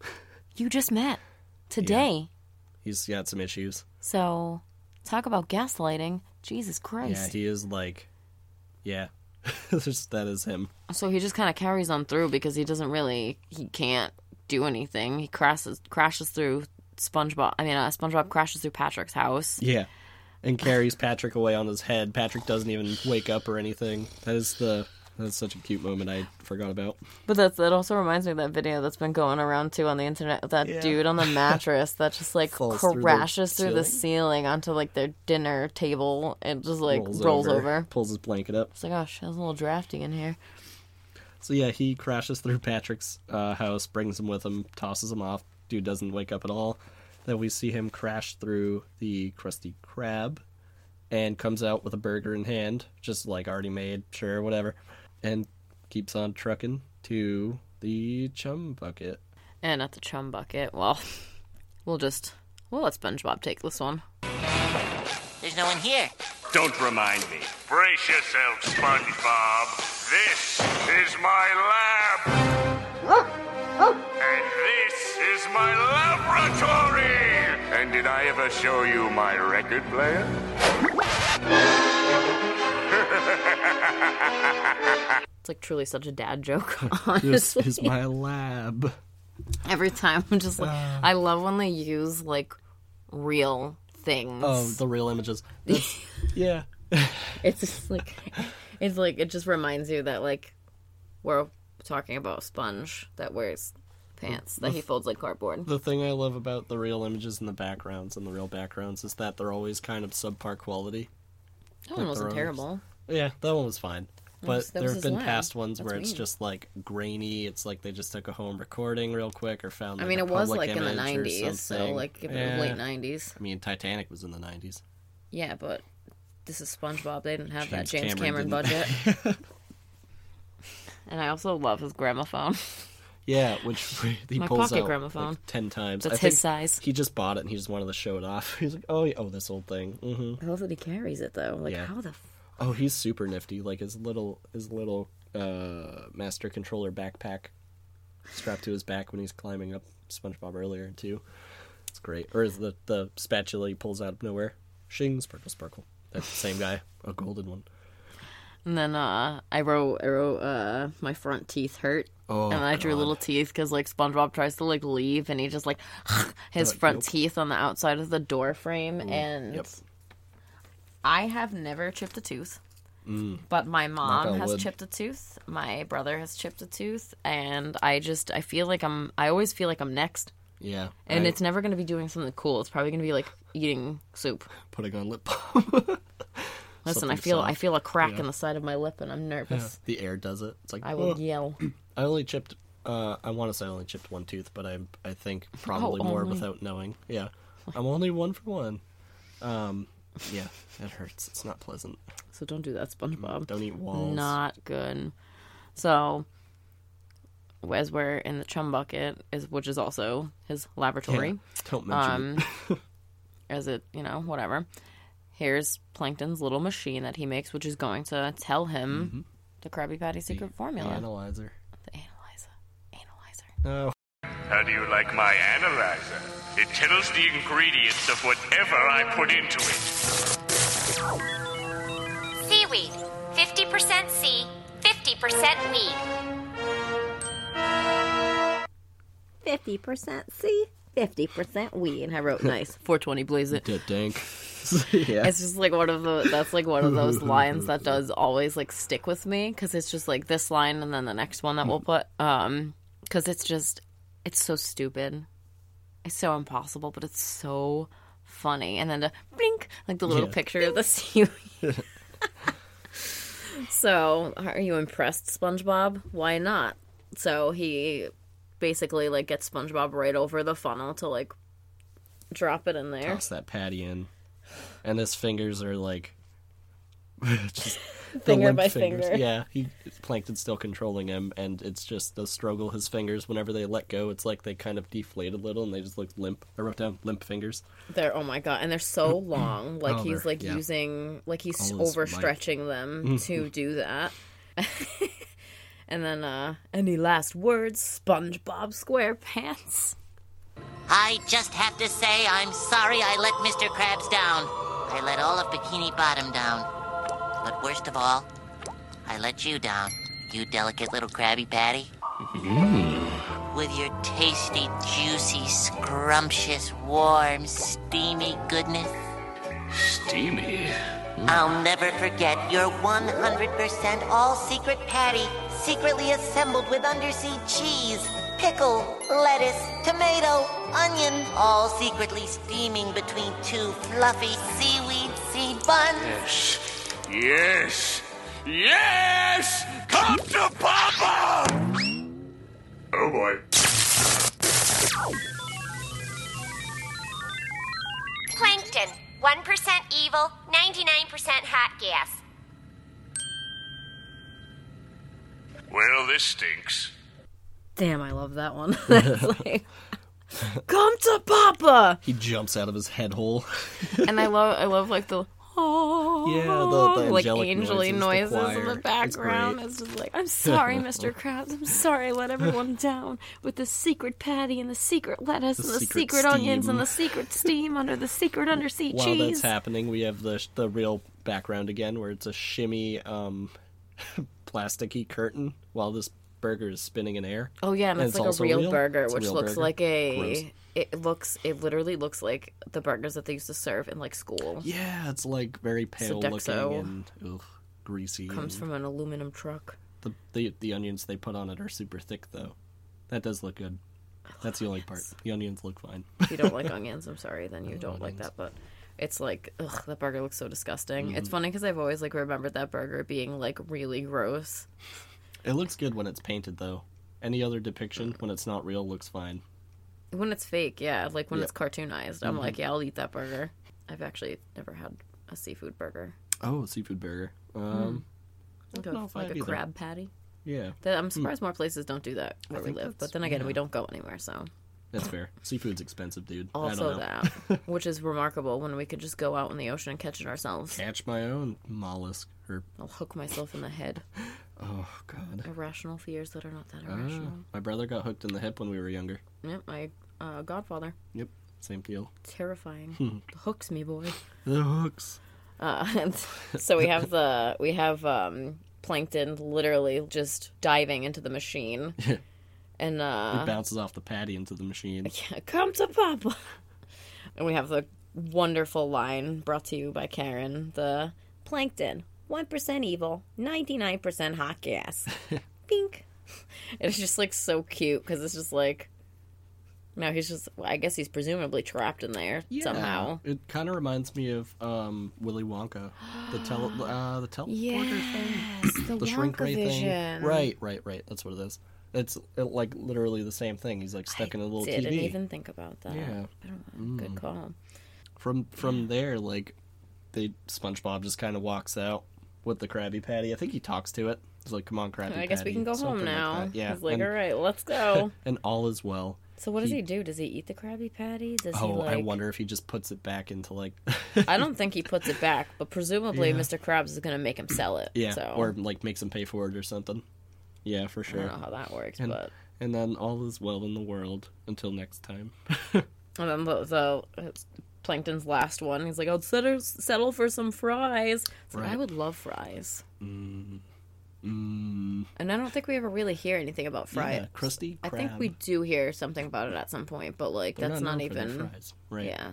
S1: you just met today,
S2: He's got some issues.
S1: so talk about gaslighting. Jesus
S2: Yeah,
S1: Christ!
S2: he is like, yeah, *laughs* There's- that is him.
S1: so he just kind of carries on through because he doesn't really he can't do anything. He crashes crashes through SpongeBob. I mean, uh, SpongeBob crashes through Patrick's house.
S2: Yeah. And carries Patrick away on his head. Patrick doesn't even wake up or anything. That is the that's such a cute moment I forgot about.
S1: But that's that also reminds me of that video that's been going around too on the internet with that dude on the mattress that just like
S2: *laughs* Falls through the
S1: crashes through, the ceiling onto like their dinner table and just like rolls, over.
S2: pulls his blanket up.
S1: It's like, oh, shit, it's a little drafty in here.
S2: So yeah, he crashes through Patrick's uh, house, brings him with him, tosses him off. Dude doesn't wake up at all. Then we see him crash through the Krusty Krab, and comes out with a burger in hand, just like already made, sure, whatever, and keeps on trucking to the chum bucket.
S1: And at the chum bucket, well, *laughs* we'll just we'll let SpongeBob take this one.
S4: There's no one here.
S3: Don't remind me. Brace yourself, SpongeBob. This is my lab. And this is my laboratory. And did I ever show you my record player?
S1: It's like truly such a dad joke. *laughs*
S2: This is my lab.
S1: Every time I'm just like,
S2: Uh.
S1: I love when they use like real things.
S2: Oh, the real images. That's- yeah.
S1: It's just like it's like it just reminds you that like we're talking about sponge that wears pants that he folds like cardboard.
S2: The thing I love about the real images and the backgrounds and the real backgrounds is that they're always kind of subpar quality.
S1: That one wasn't
S2: throws.
S1: terrible.
S2: Yeah, that one was fine. But
S1: was- that
S2: there
S1: was
S2: have
S1: his
S2: been
S1: lab.
S2: past ones
S1: That's
S2: where it's
S1: weird.
S2: just like grainy. It's like they just took a home recording real quick or found.
S1: I
S2: Like
S1: mean,
S2: a
S1: it was
S2: public
S1: like in the
S2: image or
S1: '90s, so
S2: something.
S1: like in
S2: Yeah.
S1: the late '90s.
S2: I mean, Titanic was in the nineties.
S1: Yeah, but this is SpongeBob. They didn't have that James
S2: James
S1: Cameron,
S2: Cameron
S1: budget.
S2: *laughs*
S1: and I also love his gramophone.
S2: Yeah, which *laughs* we- he
S1: My
S2: pulls
S1: pocket
S2: out
S1: gramophone.
S2: like, ten times.
S1: That's
S2: I think
S1: his size.
S2: He just bought it and he just wanted to show it off. *laughs* He's like, oh, yeah, oh, this old thing. hmm
S1: I love that he carries it though. Like
S2: Yeah.
S1: how the. F-
S2: Oh, he's super nifty. Like his little his little uh, master controller backpack strapped to his back when he's climbing up SpongeBob earlier too. It's great. Or is the the spatula he pulls out of nowhere? Shing sparkle sparkle. That's the same guy, a golden one.
S1: And then uh, I wrote, I wrote, uh, my front teeth hurt.
S2: Oh,
S1: and then I drew little teeth because like SpongeBob tries to like leave, and he just like *laughs* his
S2: Uh,
S1: front
S2: nope.
S1: teeth on the outside of the door frame. and
S2: Yep.
S1: I have never chipped a tooth, but my mom
S2: Mm. on
S1: has
S2: wood.
S1: chipped a tooth. My brother has chipped a tooth, and I just I feel like I'm. I always feel like I'm next,
S2: Yeah.
S1: and
S2: right.
S1: it's never gonna be doing something cool. It's probably gonna be like eating soup.
S2: putting on lip balm.
S1: Listen, I
S2: Something
S1: feel I
S2: soft.
S1: feel a crack in the side of my lip, and I'm nervous.
S2: the air does it. It's like
S1: I will
S2: "Ugh."
S1: yell.
S2: I only chipped. Uh, I want to say I only chipped one tooth, but I I think
S1: *laughs*
S2: probably
S1: Oh,
S2: more
S1: only.
S2: without knowing.
S1: *laughs*
S2: Yeah, I'm only one for one. Um, yeah, it hurts. It's not pleasant.
S1: So don't do that, SpongeBob.
S2: *laughs* Don't eat walls.
S1: Not good. So, as we're in the chum bucket, is which is also his laboratory,
S2: Don't mention
S1: Um,
S2: it.
S1: as it you know whatever. Here's Plankton's little machine that he makes, which is going to tell him Mm-hmm. the Krabby Patty secret
S2: The
S1: formula.
S2: analyzer.
S1: the analyzer, analyzer.
S2: Oh,
S3: How do you like my analyzer? It tells the ingredients of whatever I put into it.
S7: Seaweed. 50% sea, 50% weed.
S4: 50% C, 50% weed.
S1: And I wrote nice *laughs* 420 blaze it.
S2: da
S1: *laughs*
S2: dank. yeah.
S1: It's just like one of the that's like one of
S2: *laughs*
S1: those lines that does always like stick with me because it's just like this line and then the next one that we'll put um because it's just it's so stupid, it's so impossible, but it's so funny. And then the blink like the little
S2: Yeah.
S1: picture of the *laughs* seaweed. so are you impressed, SpongeBob? Why not? So he basically like gets SpongeBob right over the funnel to like drop it in there.
S2: Toss that patty in. And his fingers are like. *laughs* just the
S1: Finger
S2: limp
S1: by
S2: fingers.
S1: finger.
S2: Yeah, he Plankton's still controlling him, and it's just the struggle his fingers. Whenever they let go, it's like they kind of deflate a little, and they just look limp. I wrote down limp fingers.
S1: They're oh my god, and they're so long. Like
S2: Oh,
S1: he's
S2: they're-
S1: like
S2: yeah.
S1: using like he's
S2: All his might.
S1: overstretching them to do that. *laughs* and then uh any last words, SpongeBob SquarePants.
S7: I just have to say I'm sorry I let Mr. Krabs down. I let all of Bikini Bottom down. But worst of all, I let you down, you delicate little Krabby Patty. With your tasty, juicy, scrumptious, warm, steamy goodness.
S3: Steamy.
S7: I'll never forget your 100% all secret patty, secretly assembled with undersea cheese, pickle, lettuce, tomato, onion, all secretly steaming between two fluffy seaweed seed buns.
S3: Yes. Yes. Yes! Come to Papa! Oh boy.
S7: Plankton, 1% evil, 99% hot gas.
S3: Well, this stinks.
S1: Damn, I love that one. *laughs* That's like, Come to Papa.
S2: He jumps out of his head hole.
S1: And I love I love like the oh
S2: Yeah, the- the
S1: like
S2: angelic
S1: angely noises,
S2: noises, the
S1: in
S2: choir.
S1: the
S2: It's
S1: background.
S2: great.
S1: It's, just like I'm
S2: *laughs*
S1: sorry, Mr. Krabs. I'm sorry I let everyone down with the secret patty and the secret lettuce and the
S2: secret
S1: secret, onions and
S2: steam.
S1: the secret steam under the secret undersea
S2: While that's
S1: cheese.
S2: happening, we have the the real background again, where it's a shimmy, um, *laughs* plasticky curtain while this burger is spinning in air.
S1: oh yeah, and,
S2: And
S1: it's,
S2: it's
S1: like a
S2: also
S1: real,
S2: real.
S1: burger,
S2: It's a
S1: which
S2: real
S1: looks
S2: burger.
S1: like a.
S2: Gross.
S1: It looks. It literally looks like the burgers that they used to serve in like school.
S2: Yeah, it's like very pale
S1: Sodexo.
S2: looking and ugh, greasy.
S1: Comes
S2: and
S1: from an aluminum truck.
S2: the, the the onions they put on it are super thick though. That does look good. That's the only part. The onions look fine. *laughs*
S1: If you don't like onions, I'm sorry, then you don't like that. But it's like, ugh, that burger looks so disgusting.
S2: Mm-hmm.
S1: It's funny because I've always like remembered that burger being like really gross.
S2: it looks good when it's painted though. Any other depiction when it's not real looks fine.
S1: When it's fake, yeah, like when
S2: Yeah. Mm-hmm.
S1: it's cartoonized, I'm like, yeah, I'll eat that burger. I've actually never had a seafood burger,
S2: Oh, a seafood burger. Um,
S1: like
S2: don't know
S1: a,
S2: if
S1: like
S2: I'd
S1: a
S2: either.
S1: crab patty.
S2: yeah,
S1: That, I'm surprised more places don't do that where we
S2: think
S1: live.
S2: that's-
S1: But then again, we
S2: yeah.
S1: don't go anywhere, so
S2: that's fair. Seafood's expensive, dude. I don't
S1: also
S2: know. *laughs*
S1: that, which is remarkable when we could just go out in the ocean and catch it ourselves.
S2: Catch my own mollusk. Or
S1: I'll hook myself in the
S2: *laughs*
S1: head.
S2: oh god.
S1: Irrational fears that are not that
S2: Ah,
S1: irrational.
S2: my brother got hooked in the hip when we were younger.
S1: Yep, my uh, godfather.
S2: Yep, same deal.
S1: Terrifying. Hooks me, *laughs* boy.
S2: The hooks.
S1: Uh, so we have the we have um, plankton literally just diving into the machine, and
S2: It
S1: uh,
S2: bounces off the patty into the machine.
S1: *laughs* come to papa. And we have the wonderful line brought to you by Karen: the plankton, one percent evil, ninety nine percent hot gas. Pink. It's just like so cute because it's just like. No, he's just. well, I guess he's presumably trapped in there somehow.
S2: It kind of reminds me of um, Willy Wonka, the tele,
S1: *gasps*
S2: uh, the teleporter *clears throat* thing,
S1: the,
S2: the shrink ray
S1: Vision.
S2: thing. Right, right, right. That's what it is. It's it, like literally the same thing. He's like stuck in a little
S1: Didn't
S2: TV.
S1: even think about that.
S2: Yeah. mm.
S1: I don't know. Good call.
S2: From from there, like, they SpongeBob just kind of walks out with the Krabby Patty. I think he talks to it. It's like, come on, Krabby
S1: I guess we
S2: Patty,"
S1: can go home
S2: something like
S1: now.
S2: that. yeah,
S1: He's like,
S2: and,
S1: all right, let's
S2: *laughs*
S1: go.
S2: and all is well.
S1: So what does
S2: He-
S1: he do? Does he eat the Krabby Patty? Does
S2: Oh,
S1: he like?
S2: I wonder if he just puts it back
S1: *laughs*
S2: into like,
S1: I don't think he puts it back, but presumably
S2: Yeah.
S1: Mr. Krabs is gonna make him sell it.
S2: yeah,
S1: so
S2: or like makes him pay for it or something. Yeah, for
S1: I
S2: sure.
S1: don't know how that works,
S2: And-
S1: but
S2: And then all is well in the world until next time.
S1: and then the, the it's Plankton's last one. He's like, I'll settle settle for some fries. It's like, I
S2: Right. Mm-hmm.
S1: would love fries,
S2: Mm,
S1: and I don't think we ever really hear anything about fries.
S2: yeah, crusty.
S1: I
S2: Crab.
S1: think we do hear something about it at some point, but like
S2: They're
S1: that's not,
S2: known for their
S1: even.
S2: fries. Right. Mm-hmm.
S1: Yeah,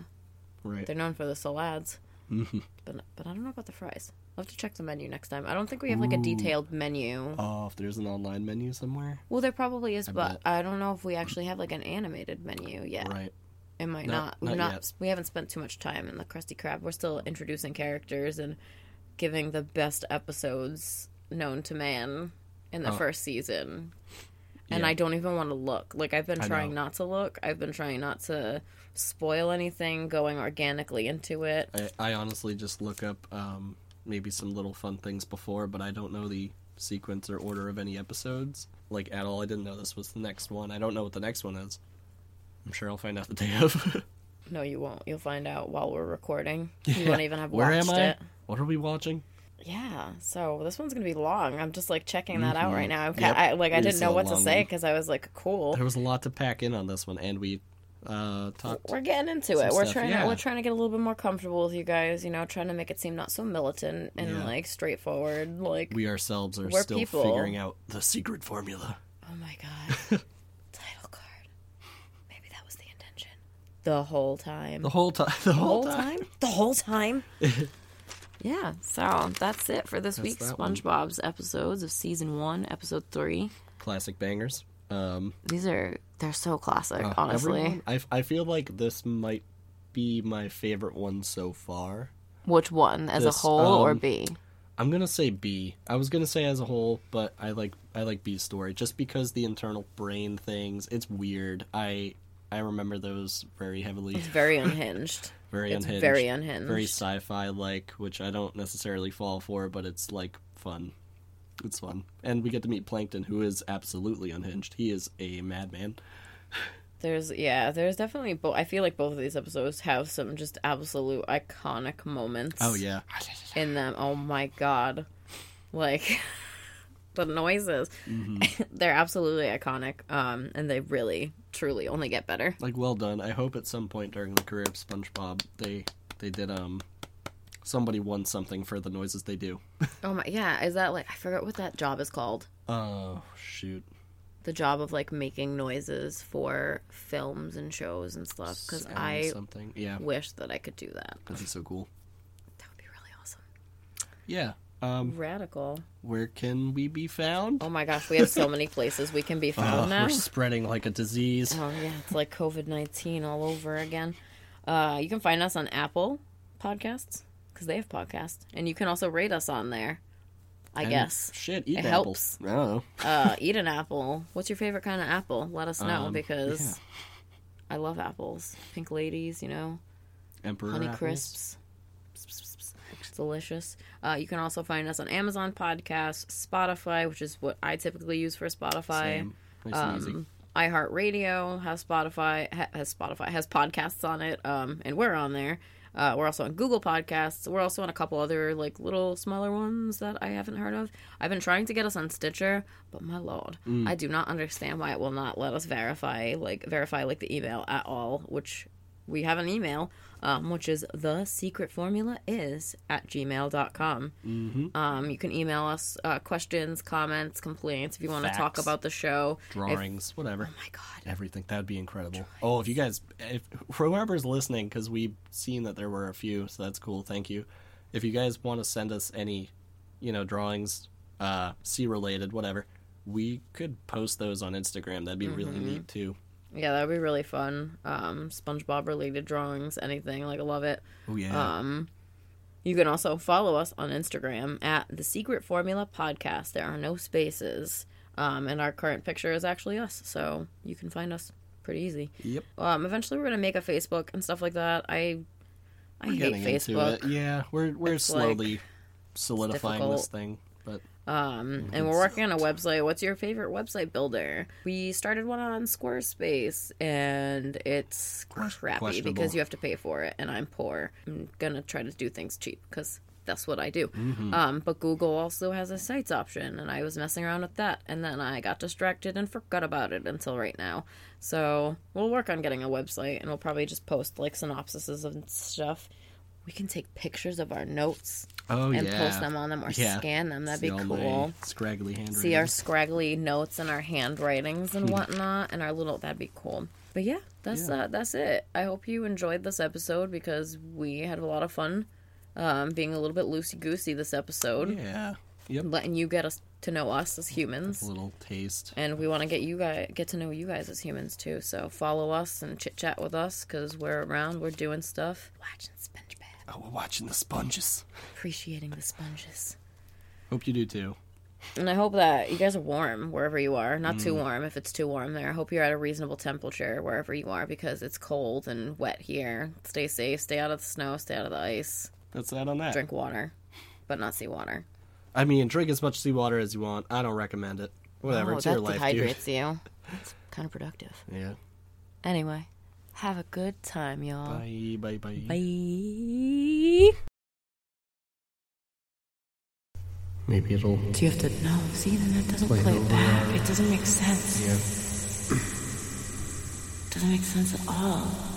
S2: Right.
S1: they're known for the salads, but but I don't know about the fries. I'll have to check the menu next time. I don't think we have like a detailed menu.
S2: Oh, if there's an online menu somewhere.
S1: Well, there probably is, but
S2: bet.
S1: I don't know if we actually have like an animated menu yet.
S2: Right.
S1: It might not.
S2: Not-
S1: We're
S2: not
S1: not.
S2: yet.
S1: We haven't spent too much time in the Krusty Krab. We're still introducing characters and giving the best episodes known to man in the first season. And
S2: Oh. Yeah.
S1: I don't even want to look. Like I've been
S2: I
S1: trying
S2: know.
S1: not to look. I've been trying not to spoil anything. Going organically into it.
S2: I, I honestly just look up um, maybe some little fun things before, but I don't know the sequence or order of any episodes like at all. I didn't know this was the next one. I don't know what the next one is. I'm sure I'll find out the day of. *laughs*
S1: No, you won't. You'll find out while we're recording. You won't even have
S2: Where
S1: watched
S2: am I?
S1: it.
S2: What are we watching?
S1: Yeah, so this one's gonna be long. I'm just like checking that out right now. I'm ki-
S2: Mm-hmm. Yep.
S1: I, like I
S2: It
S1: didn't
S2: is
S1: know
S2: a
S1: what to
S2: long
S1: say
S2: one.
S1: because I was like, cool.
S2: There was a lot to pack in on this one, and we uh, talked.
S1: We're getting into it.
S2: some
S1: We're
S2: stuff,
S1: trying.
S2: yeah.
S1: To, we're trying to get a little bit more comfortable with you guys. You know, trying to make it seem not so militant and
S2: Yeah.
S1: like straightforward. Like,
S2: We ourselves are
S1: We're
S2: still
S1: people.
S2: figuring out the secret formula.
S1: oh
S2: *laughs*
S1: my god, title card. Maybe that was the intention. The whole time.
S2: The whole time. *laughs* The
S1: The
S2: whole,
S1: whole
S2: time.
S1: time. The whole
S2: *laughs*
S1: time. yeah. So that's it for this week's
S2: that one.
S1: SpongeBob's episodes of season one, episode three.
S2: Classic bangers. Um,
S1: These are they're so classic.
S2: Uh,
S1: honestly.
S2: everyone- I, f- I feel like this might be my favorite one so far.
S1: Which one, as
S2: This,
S1: a whole or
S2: um,
S1: B?
S2: I'm gonna say B. I was gonna say as a whole, but I like I like B's story just because the internal brain things. It's weird. I I remember those very heavily,
S1: Very unhinged.
S2: *laughs* very
S1: it's
S2: unhinged,
S1: very unhinged.
S2: very sci-fi like, which I don't necessarily fall for, but it's like fun. It's fun, and we get to meet Plankton, who is absolutely unhinged. He is a madman.
S1: There's yeah, there's definitely both. I feel like both of these episodes have some just absolute iconic moments.
S2: Oh yeah,
S1: in them. Oh my god, like *laughs* the noises.
S2: Mm-hmm.
S1: *laughs* They're absolutely iconic, um, and they really, truly only get better.
S2: like well done. I hope at some point during the career of SpongeBob they they did um somebody won something for the noises they do.
S1: Oh my yeah, is that like I forgot what that job is called?
S2: Oh shoot.
S1: The job of like making noises for films and shows and stuff. Because
S2: Sound
S1: I
S2: something. Yeah.
S1: wish that I could do that.
S2: That'd be so cool.
S1: That would be really awesome.
S2: Yeah. Um
S1: Radical.
S2: where can we be found?
S1: Oh my gosh, we have so many places we can be found
S2: Ugh,
S1: now.
S2: *laughs* we're spreading like a disease.
S1: Oh yeah, it's like COVID nineteen all over again. Uh, you can find us on Apple Podcasts because they have podcasts, and you can also rate us on there. I
S2: And
S1: guess.
S2: Shit, eat
S1: It
S2: apples.
S1: helps.
S2: I don't know.
S1: Uh, eat an apple. What's your favorite kind of apple? Let us know
S2: Um,
S1: because I love apples. Pink ladies, you know,
S2: Emperor
S1: honey
S2: apples.
S1: crisps. It's delicious. Uh, you can also find us on Amazon Podcasts, Spotify, which is what I typically use for Spotify.
S2: Damn. Nice and easy.
S1: um, iHeartRadio has Spotify ha- has Spotify has podcasts on it, um, and we're on there. Uh, we're also on Google Podcasts. We're also on a couple other like little smaller ones that I haven't heard of. I've been trying to get us on Stitcher, but my lord, I do not understand why it will not let us verify like verify like the email at all. Which we have an email, um, which is the secret formula is at gmail.com. Um, you can email us uh, questions, comments, complaints if you want to talk
S2: Facts.
S1: about the show. If- Oh
S2: Drawings, whatever.
S1: my god.
S2: everything. That'd be incredible. Oh, if you guys, if whoever's listening, because we've seen that there were a few, so that's cool. Thank you. If you guys want to send us any, you know, drawings, uh, sea related, whatever, we could post those on Instagram. That'd be really
S1: Mm-hmm.
S2: neat too.
S1: Yeah, that would be really fun. Um, SpongeBob related drawings, anything. Like, I love it.
S2: Oh yeah,
S1: Um, you can also follow us on Instagram at The Secret Formula Podcast. There are no spaces. Um, and our current picture is actually us, so you can find us pretty easy.
S2: Yep.
S1: Um, eventually, we're gonna make a Facebook and stuff like that. I, I hate Facebook.
S2: Yeah, we're we're
S1: It's like-
S2: slowly solidifying this
S1: difficult.
S2: thing. But
S1: Um, and we're working on a website. What's your favorite website builder? We started one on Squarespace, and it's crappy
S2: questionable.
S1: because you have to pay for it, and I'm poor. I'm gonna try to do things cheap because that's what I do.
S2: Mm-hmm.
S1: Um, but Google also has a sites option, and I was messing around with that, and then I got distracted and forgot about it until right now. So we'll work on getting a website, and we'll probably just post like synopsises and stuff. We can take pictures of our notes
S2: oh
S1: and
S2: yeah,
S1: post them on them or
S2: Yeah.
S1: scan them. That'd
S2: See
S1: be
S2: all my
S1: cool.
S2: Scraggly handwriting.
S1: See our scraggly notes and our handwritings and whatnot, and our little. That'd be cool. But yeah, that's Uh, that's it. I hope you enjoyed this episode because we had a lot of fun um, being a little bit loosey goosey this episode,
S2: yeah, yep,
S1: letting you get us to know us as humans.
S2: little taste.
S1: And we want to get you guys get to know you guys as humans too. So follow us and chit chat with us because we're around. We're doing stuff, watching SpongeBob,
S2: Oh, we're watching the sponges.
S1: appreciating the sponges.
S2: Hope you do too.
S1: And I hope that you guys are warm wherever you are. Not
S2: Mm.
S1: too warm if it's too warm there. I hope you're at a reasonable temperature wherever you are because it's cold and wet here. Stay safe, stay out of the snow, stay out of the ice,
S2: That's that on that.
S1: drink water, but not seawater.
S2: I mean, drink as much seawater as you want. I don't recommend it. Whatever,
S1: Oh,
S2: it's
S1: that
S2: your life, dude.
S1: dehydrates
S2: *laughs*
S1: you. It's kind of productive.
S2: Yeah.
S1: Anyway, have a good time, y'all.
S2: Bye, bye, bye.
S1: Bye.
S2: Maybe it'll.
S8: You have to know. See, then that doesn't play, it back. It doesn't make sense. Yeah. doesn't make sense at all.